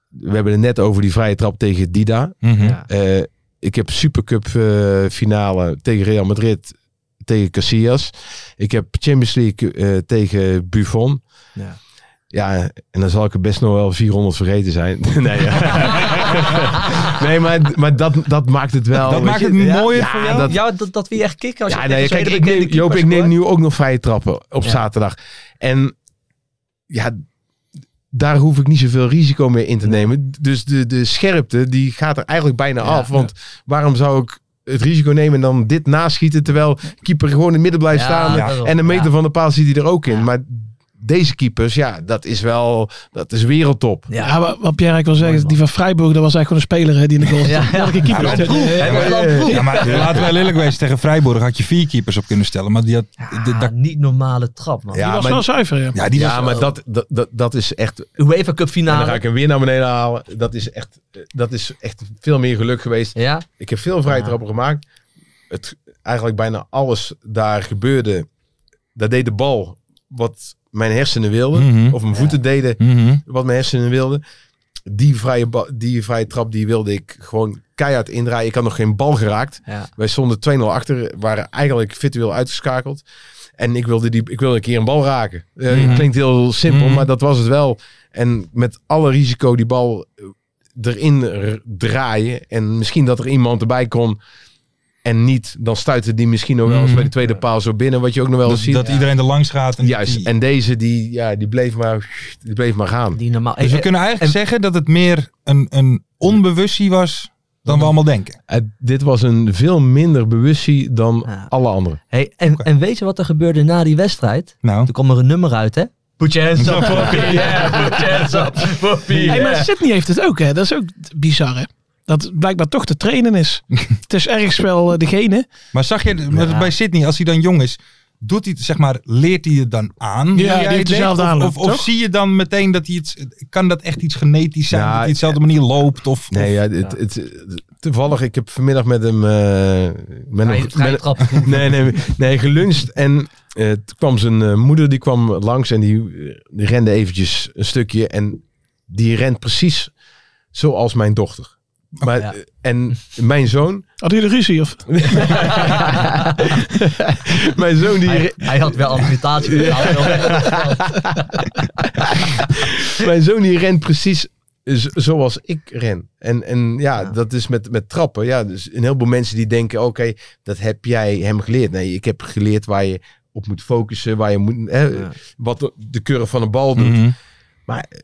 we hebben het net over die vrije trap tegen Dida. Mhm. Ja. Eh, ik heb Supercup eh, finale tegen Real Madrid, tegen Casillas. Ik heb Champions League eh, tegen Buffon. Ja. Ja, en dan zal ik er best nog wel 400 vergeten zijn. nee, ja. nee, maar, maar dat, dat maakt het wel. Dat weet maakt je. het mooier ja, voor Ja, dat, jou? dat- ja, dat, dat weer echt kicken. Als Ja, je nee, tegen kijk, zo'n ik hele neem, bekende Joop, ik keeper neem scoort. nu ook nog vrije trappen op Ja. zaterdag. En ja, daar hoef ik niet zoveel risico meer in te nemen. Dus de, de scherpte, die gaat er eigenlijk bijna af. Want waarom zou ik het risico nemen en dan dit naschieten... terwijl keeper gewoon in het midden blijft Ja, staan... dat wel. en een meter Ja. van de paal ziet hij er ook in. Maar deze keepers, ja, dat is wel... dat is wereldtop. Ja. Ja, wat, wat Pierre eigenlijk wil zeggen, is die van Freiburg, dat was eigenlijk gewoon een speler hè, die in de goal Ja, zat. ja. Welke keeper Ja, is dat dat? proef. Ja, Hè, maar dat proef. Ja, maar laten we wel eerlijk wezen, tegen Vrijborg had je vier keepers op kunnen stellen. Maar die had, de- Ja, daar- Ah, niet normale trap, man. Die was maar, wel zuiver, ja. ja, die was ja, wel- maar dat, dat, dat, dat is echt UEFA Cup En dan ga finale. ik hem weer naar beneden halen. Dat is echt, dat is echt veel meer geluk geweest. Ja, Ik heb veel vrije Ja. trappen gemaakt. Het, eigenlijk bijna alles daar gebeurde. Dat deed de bal wat mijn hersenen wilden. Mhm. Of mijn voeten deden Mhm. wat mijn hersenen wilden. Die vrije, ba- die vrije trap die wilde ik gewoon keihard indraaien. Ik had nog geen bal geraakt. ja. Wij stonden 2-0 achter. Waren eigenlijk virtueel uitgeschakeld. En ik wilde, die, ik wilde een keer een bal raken. Eh, Mhm. Klinkt heel simpel, Mhm. maar dat was het wel. En met alle risico die bal eh, erin r- draaien. En misschien dat er iemand erbij kon. En niet, dan stuitte die misschien nog wel eens Mhm. bij de tweede paal zo binnen. Wat je ook nog wel eens dat, ziet. dat iedereen er langs gaat. En Juist. die- En deze, die, ja, die, bleef maar, die bleef maar gaan. Die normaal. dus we Eh, kunnen eigenlijk zeggen dat het meer een, een onbewustie was dan we allemaal denken. Eh, dit was een veel minder bewustzijn dan Ja. alle anderen. Hey, en, en weet je wat er gebeurde na die wedstrijd? Nou, Toen kwam er een nummer uit, hè? Put your hands up for Pierre. Put your hands up for Hey, maar Pierre. Sydney heeft het ook, hè? Dat is ook bizar, hè? Dat het blijkbaar toch te trainen is. het is ergens wel eh, degene. maar zag je maar Ja. bij Sydney, als hij dan jong is, doet hij, het, zeg maar, leert hij het dan aan? hoe jij die heeft het dezelfde deed? Of- Of, aanloop, of toch? zie je dan meteen dat hij iets, kan dat echt iets genetisch zijn? Ja, dat hij dezelfde manier loopt? Of, of- Nee, ja, het, het, toevallig, ik heb vanmiddag met hem... eh met Vrije- hem- vrije met- trap. Nee, nee, nee, geluncht. En eh, toen kwam zijn eh, moeder, die kwam langs en die, eh, die rende eventjes een stukje. En die rent precies zoals mijn dochter. Maar, ja. eh, En mijn zoon, Hadden jullie ruzie? Of? mijn zoon die, Hij, re- hij had wel amputatie. gedaan. mijn zoon die rent precies z- zoals ik ren. En, en ja, dat is met, met trappen. Ja, dus een heleboel mensen die denken, oké, dat heb jij hem geleerd. Nee, ik heb geleerd waar je op moet focussen, waar je moet, hè, Ja. wat de- de curve van een bal doet. Mhm. Maar eh,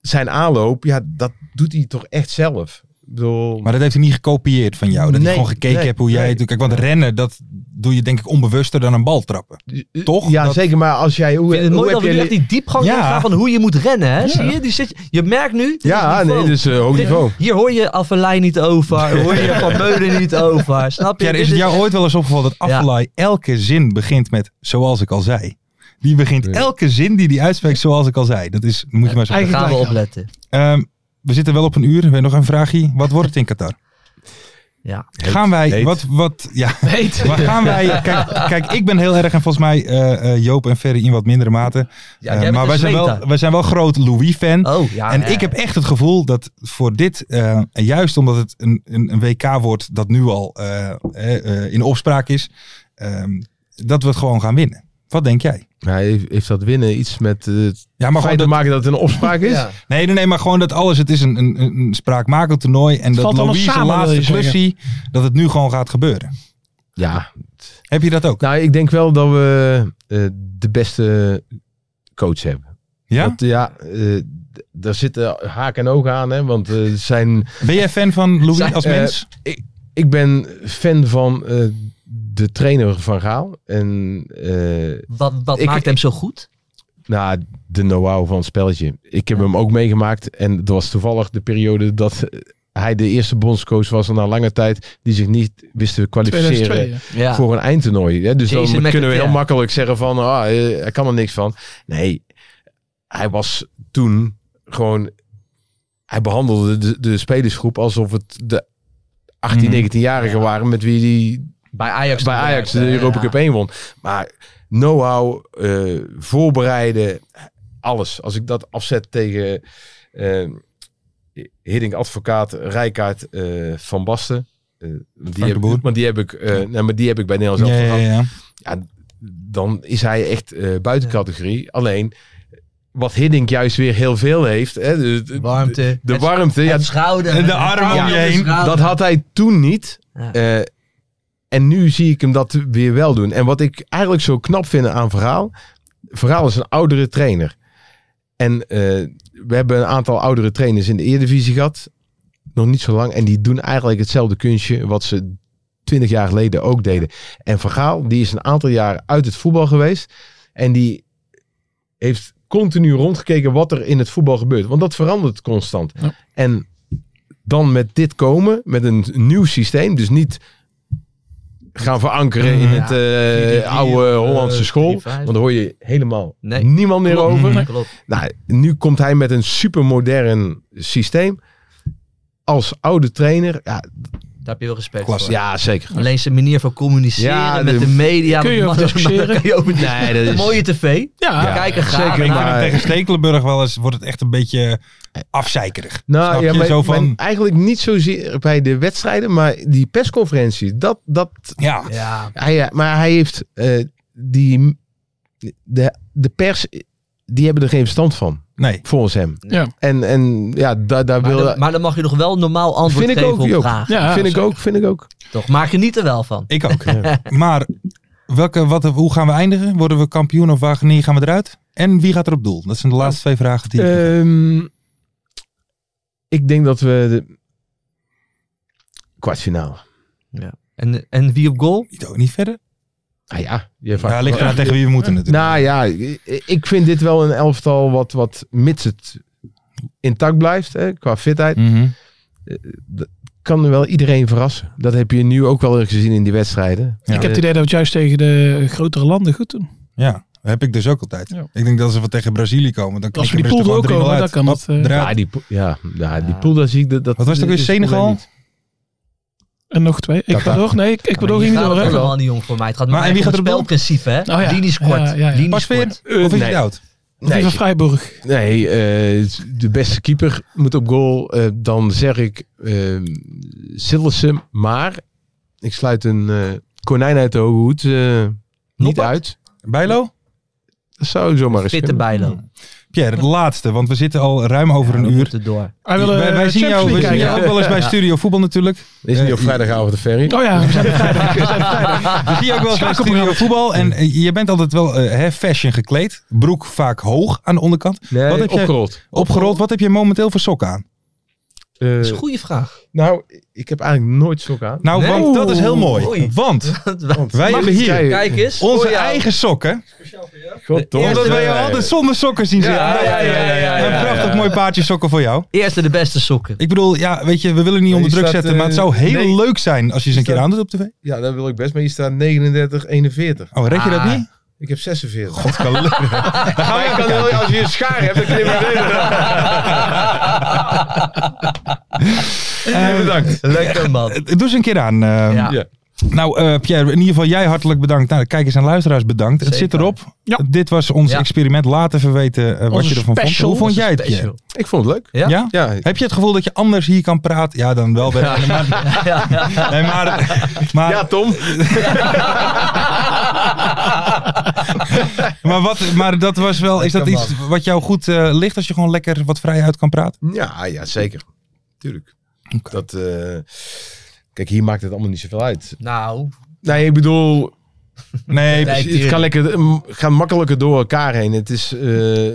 zijn aanloop, ja, dat doet hij toch echt zelf. Ik bedoel, Maar dat heeft hij niet gekopieerd van jou. Dat Nee, hij gewoon gekeken nee, hebt hoe jij nee. het doet. Kijk, want rennen, dat doe je denk ik onbewuster dan een bal trappen. eh, toch? Ja, Dat- zeker. Maar als jij... Hoe, Ik vind het hoe mooi dat we heb nu jij echt die diepgang Ja. ingaan van hoe je moet rennen. Hè? Zie je? Die zit, je merkt nu. dit is Ja, niveau. nee, dus eh, hoog Dit- niveau. Hier hoor je Affelijn niet over. Hoor je Van Meulen niet over. Snap je? Pierre, Dit is het jou ooit wel eens opgevallen dat Ja. Affelay elke zin begint met zoals ik al zei? Die begint elke zin die hij uitspreekt zoals ik al zei. Dat is, moet je maar zo Daar zeggen. gaan we opletten. Ehm, we zitten wel op een uur. We hebben nog een vraagje. Wat wordt het in Qatar? Ja. gaan wij, heet. wat, wat, ja. Heet. Waar gaan wij, kijk, kijk, ik ben heel erg en volgens mij eh, eh, Joop en Ferry in wat mindere mate. Ja, Eh, jij bent maar een wij zijn, wel, zweter. wij zijn wel groot Louis-fan. Oh, ja. en ja. ik heb echt het gevoel dat voor dit, eh, en juist omdat het een, een, een WK wordt dat nu al eh, eh, eh, in opspraak is, ehm, dat we het gewoon gaan winnen. Wat denk jij? Hij heeft, heeft dat winnen iets met eh, het Ja, maar gewoon feit te dat, maken dat het een opspraak is? Ja. nee, nee, nee, maar gewoon dat alles, het is een, een, een spraakmakend toernooi en dat valt allemaal Louis zijn samen, wil laatste je zeggen. klussie, dat het nu gewoon gaat gebeuren. ja. Heb je dat ook? Nou, ik denk wel dat we eh, de beste coach hebben. Ja? Want, ja, eh, d- daar zitten haak en ogen aan, hè. Want eh, zijn... Ben jij fan van Louis als Eh, mens? Ik ben fan van eh, de trainer Van Gaal. En eh, Wat, wat Ik- maakt hem zo goed? Nou, de know-how van het spelletje. Ik heb hem ook meegemaakt. En dat was toevallig de periode dat eh, hij de eerste bondscoach was na lange tijd. Die zich niet wist te kwalificeren 2002, ja. Ja. voor een eindtoernooi. hè. Dus Jason dan kunnen we McAteer. heel makkelijk zeggen van, ah, eh, hij kan er niks van. Nee, hij was toen gewoon... Hij behandelde de, de spelersgroep alsof het de 18, 19-jarigen waren met wie die Mhm. Bij Ajax. bij Ajax de inderdaad, Europa ja. Cup 1 won. Maar know-how, eh, voorbereiden, alles. Als ik dat afzet tegen eh Hiddink Advocaat, Rijkaard, eh, Van Basten. eh, die de heb, Boer. maar, die heb ik, eh, nou, maar die heb ik bij Nederland zelf Ja, ja, ja. ja, dan is hij echt eh, buiten categorie. Alleen wat Hiddink juist weer heel veel heeft. Hè, de, de- Warmte. De Het- warmte. Ja, Het schouder. En de het arm schouder, om je het heen. schouder. dat had hij toen niet. Ja. Eh, en nu zie ik hem dat weer wel doen. En wat ik eigenlijk zo knap vind aan Verhaal. Verhaal is een oudere trainer. En eh, we hebben een aantal oudere trainers in de Eredivisie gehad. Nog niet zo lang. En die doen eigenlijk hetzelfde kunstje wat ze twintig jaar geleden ook deden. En Vergaal, die is een aantal jaar uit het voetbal geweest. En die heeft continu rondgekeken wat er in het voetbal gebeurt. Want dat verandert constant. Ja. En dan met dit komen, met een nieuw systeem. Dus niet gaan verankeren in Ja. het eh, 4-3-3 oude of, eh, Hollandse school. 3-5. Want daar hoor je helemaal Nee. niemand meer Klopt, Mm, over. Klopt. Nou, nu komt hij met een supermodern systeem. Als oude trainer. Ja, Daar heb je wel respect Klasse. voor. ja zeker. Alleen zijn manier van communiceren Ja, met de- de media. Kun je dat over mag- dat discussiëren? kan je over Nee, dat is- Mooie tv. Ja, Ja, kijken graag. zeker, naar. Ik maar- vind het tegen Stekelenburg wel eens, wordt het echt een beetje afzeikerig. Snap Nou, ja, je? maar, Zo van, maar eigenlijk niet zozeer bij de wedstrijden, maar die persconferentie. Dat, dat, ja, Ja, hij, maar hij heeft eh, die, de, de pers, die hebben er geen verstand van, nee. volgens hem. Ja. En, en ja, daar, daar maar, wil dan, maar dan mag je nog wel een normaal antwoord Vind ik geven ook, op Joop. vragen. Ja, vind ik ook, vind ik ook. Toch? Maar geniet er wel van. Ik ook. Maar welke, wat, hoe gaan we eindigen? Worden we kampioen of wanneer gaan we eruit? En wie gaat er op doel? Dat zijn de laatste twee vragen die ik heb. Ehm, ik denk dat we de kwartfinale. En, en wie op goal? Niet, ook niet verder? Ah ja, je Ja, vraagt- ligt eraan tegen wie we moeten natuurlijk. Nou ja, ik vind dit wel een elftal wat, wat mits het intact blijft hè, qua fitheid. Mhm. Kan wel iedereen verrassen. Dat heb je nu ook wel gezien in die wedstrijden. Ja. Ik heb het idee dat we het juist tegen de grotere landen goed doen. Ja, dat heb ik dus ook altijd. Ja. Ik denk dat als ze wat tegen Brazilië komen, dan Als we knikken dus die er pool gewoon doorkomen, 3-0 uit. dan kan Hop, het, eh, eruit. Ja, die, po- ja, ja, die Ja. pool, daar zie ik dat... dat Wat was het ook weer, is het probleem Senegal? niet. En nog twee. Ecuador? Nee, Ecuador Hier ging niet gaat door. het hè? helemaal niet om voor mij. Het gaat Maar maar en om wie gaat het er op spelprincipe. Hè? Oh ja. Die die scoort. Ja, ja, ja. Die die Pas weer? scoort. Of is nee. het oud? Of Nee, even Vrijburg. nee eh, de beste keeper moet op goal. Eh, dan zeg ik eh Sillessen, maar ik sluit een eh, konijn uit de hoge hoed eh, niet Noppert? uit. Bijlo? Dat zou zomaar eens Fitte kunnen. bijlo. Pierre, de laatste, want we zitten al ruim over een We uur. moeten door. Hij wil, eh, wij, wij zien Champions jou, we League zien kijken. jou ook wel eens bij Ja. Studio Voetbal natuurlijk. Is niet op vrijdagavond de ferry? Oh ja, we zijn er vrijdag. Ah, We zien jou ook wel eens bij Studio Voetbal. En eh, je bent altijd wel eh, hè, fashion gekleed. Broek vaak hoog aan de onderkant. Nee, Wat heb jij- opgerold. Opgerold, wat heb je momenteel voor sokken aan? Dat is een goede vraag. Eh, Nou, ik heb eigenlijk nooit sokken aan. Nou, Nee. want dat is heel mooi. Oei. Want wij Mag hebben ik hier kijken? Kijk eens. Oh, onze voor jou. eigen sokken. Goddomme. Omdat wij jou altijd zonder sokken zien zitten. ja, ja, ja, ja, ja, Een ja. prachtig mooi paardje sokken voor jou. Eerste de beste sokken. Ik bedoel, ja, weet je, we willen niet onder is druk dat, zetten, maar het eh, zou heel nee. leuk zijn als je eens een Is keer dat- aandoet op tv. Ja, dat wil ik best. Maar hier staat 39, 41. Oh, red je dat Ah. niet? Ik heb 46. God, kan leuk. Maar ik kan heel- als je een schaar hebt, dan kun je Eh, Bedankt. Lekker man. Doe eens een keer aan. eh. Ja. Ja. Nou, eh, Pierre, in ieder geval jij hartelijk bedankt. Nou, de kijkers en luisteraars bedankt. Het zit Zeker. erop. Ja. Dit was ons Ja. experiment. Laat even weten eh, wat Onze je ervan vond. special, Hoe vond onze jij het, Special. Pierre? Ik vond het leuk. Ja? Ja? Ja, Heb je het gevoel dat je anders hier kan praten? Ja, dan wel. bij- Maar, nee, maar, maar, ja Tom. maar, wat, maar dat was wel, is dat Lekker iets wat jou goed eh, ligt als je gewoon lekker wat vrij uit kan praten? Ja, ja zeker. Tuurlijk. Dat, eh, kijk, hier maakt het allemaal niet zoveel uit. Nou, Nee, ik bedoel, Nee, Nee. het gaat, lekker, gaat makkelijker door elkaar heen. Het, is, eh,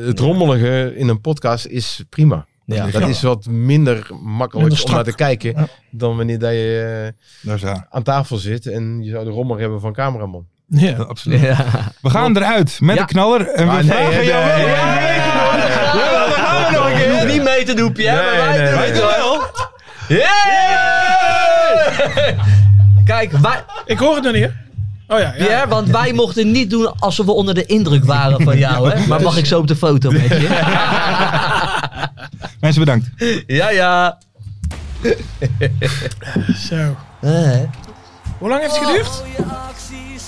het rommelige in een podcast is prima. ja. Dat is wat minder makkelijk Minder om naar te kijken Ja. dan wanneer dat je eh, daar is hij. aan tafel zit en je zou de rommel hebben van cameraman. Ja, absoluut. We gaan eruit met Ja. een knaller. En Ah, we vragen jou wel. Ja, we gaan er nog een keer. Niet mee te doen, Pierre, Nee, maar wij nee, doen nee. het wel. Yeah! Kijk, wij, Ik hoor het nog niet, hè? Oh ja, ja. Pierre, want wij mochten niet doen alsof we onder de indruk waren van jou, hè? dus- Maar mag ik zo op de foto met je? Mensen, bedankt. Ja, ja. Zo. Eh, Hoe lang heeft het geduurd?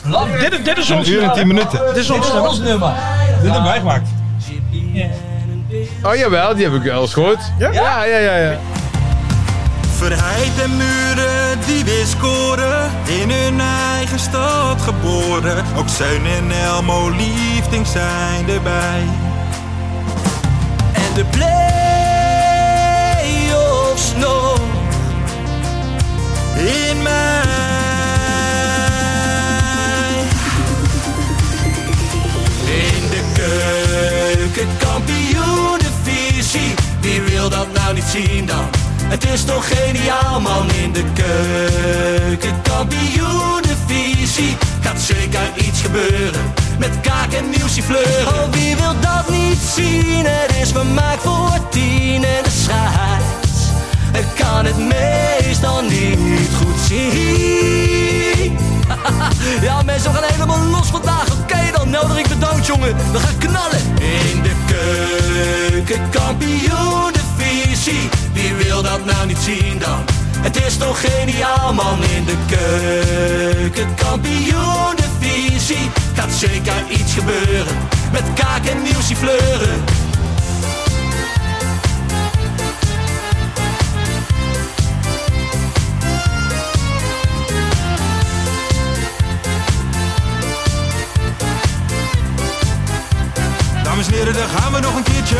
Lang. Dit, dit is Een ons uur en nummer. tien minuten. Dit is ons nummer. nummer. Dit hebben wij gemaakt. Oh jawel, die heb ik wel eens gehoord. Ja? Ja, ja, ja. ja. Verheid en muren die weer scoren, in hun eigen stad geboren. Ook Zijn en Elmo liefding zijn erbij. En de play-offs nog In mij. in de keuken, kampioenenvisie. Wie wil dat nou niet zien dan? Het is toch geniaal man in de keuken, kampioenenvisie. Gaat zeker iets gebeuren met kaak en nieuwsie fleuren. Oh, wie wil dat niet zien? Het is vermaakt voor tien en de scheids. Ik kan het meestal niet goed zien. Ja, mensen, we gaan helemaal los vandaag. Oké, dan nodig ik de dood, jongen. We gaan knallen. In de keuken, kampioen de visie. Wie wil dat nou niet zien dan? Het is toch geniaal, man. In de keuken, kampioen de visie. Gaat zeker iets gebeuren. Met kaak en nieuwsie fleuren. Dames en heren, daar gaan we nog een keertje.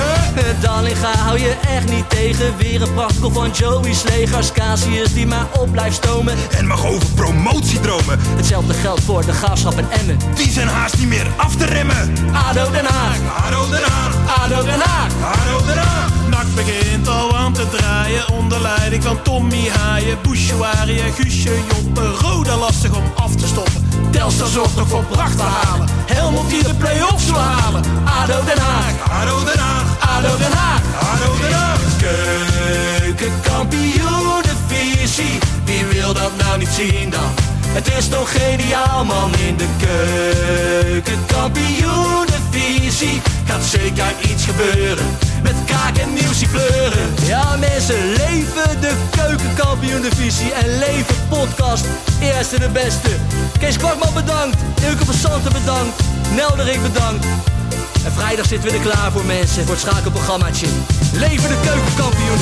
Dallinga hou je echt niet tegen. Weer een prachtkel van Joey's legers. Casius die maar op blijft stomen. En mag over promotiedromen, Hetzelfde geldt voor de graafschap en Emmen. die zijn haast niet meer af te remmen. ADO Den Haag, Haro Den Haag, ADO Den Haag. Haro Den Haag. Nak begint al aan te draaien onder leiding van Tommy Haaien, Bouchouari en Guusje Joppen. Roda lastig om af te stoppen. Telstar zorgt nog voor pracht te halen. Helmond die de play-offs wil halen. ADO Den Haag, Haro Den Haag, ADO Den Haag. Haro Den Haag. Keukenkampioenenvisie, wie wil dat nou niet zien dan? Het is toch geniaal man in de keukenkampioenenvisie. Gaat zeker iets gebeuren, met kaak en nieuwsie kleuren. Ja mensen, leven de keukenkampioenenvisie en leven podcast. Eerste de beste. Kees Kwakman bedankt, Ilke van Santen bedankt, Nelderik bedankt. En vrijdag zitten we er klaar voor mensen, voor het schakelprogrammaatje. Leven de keukenkampioen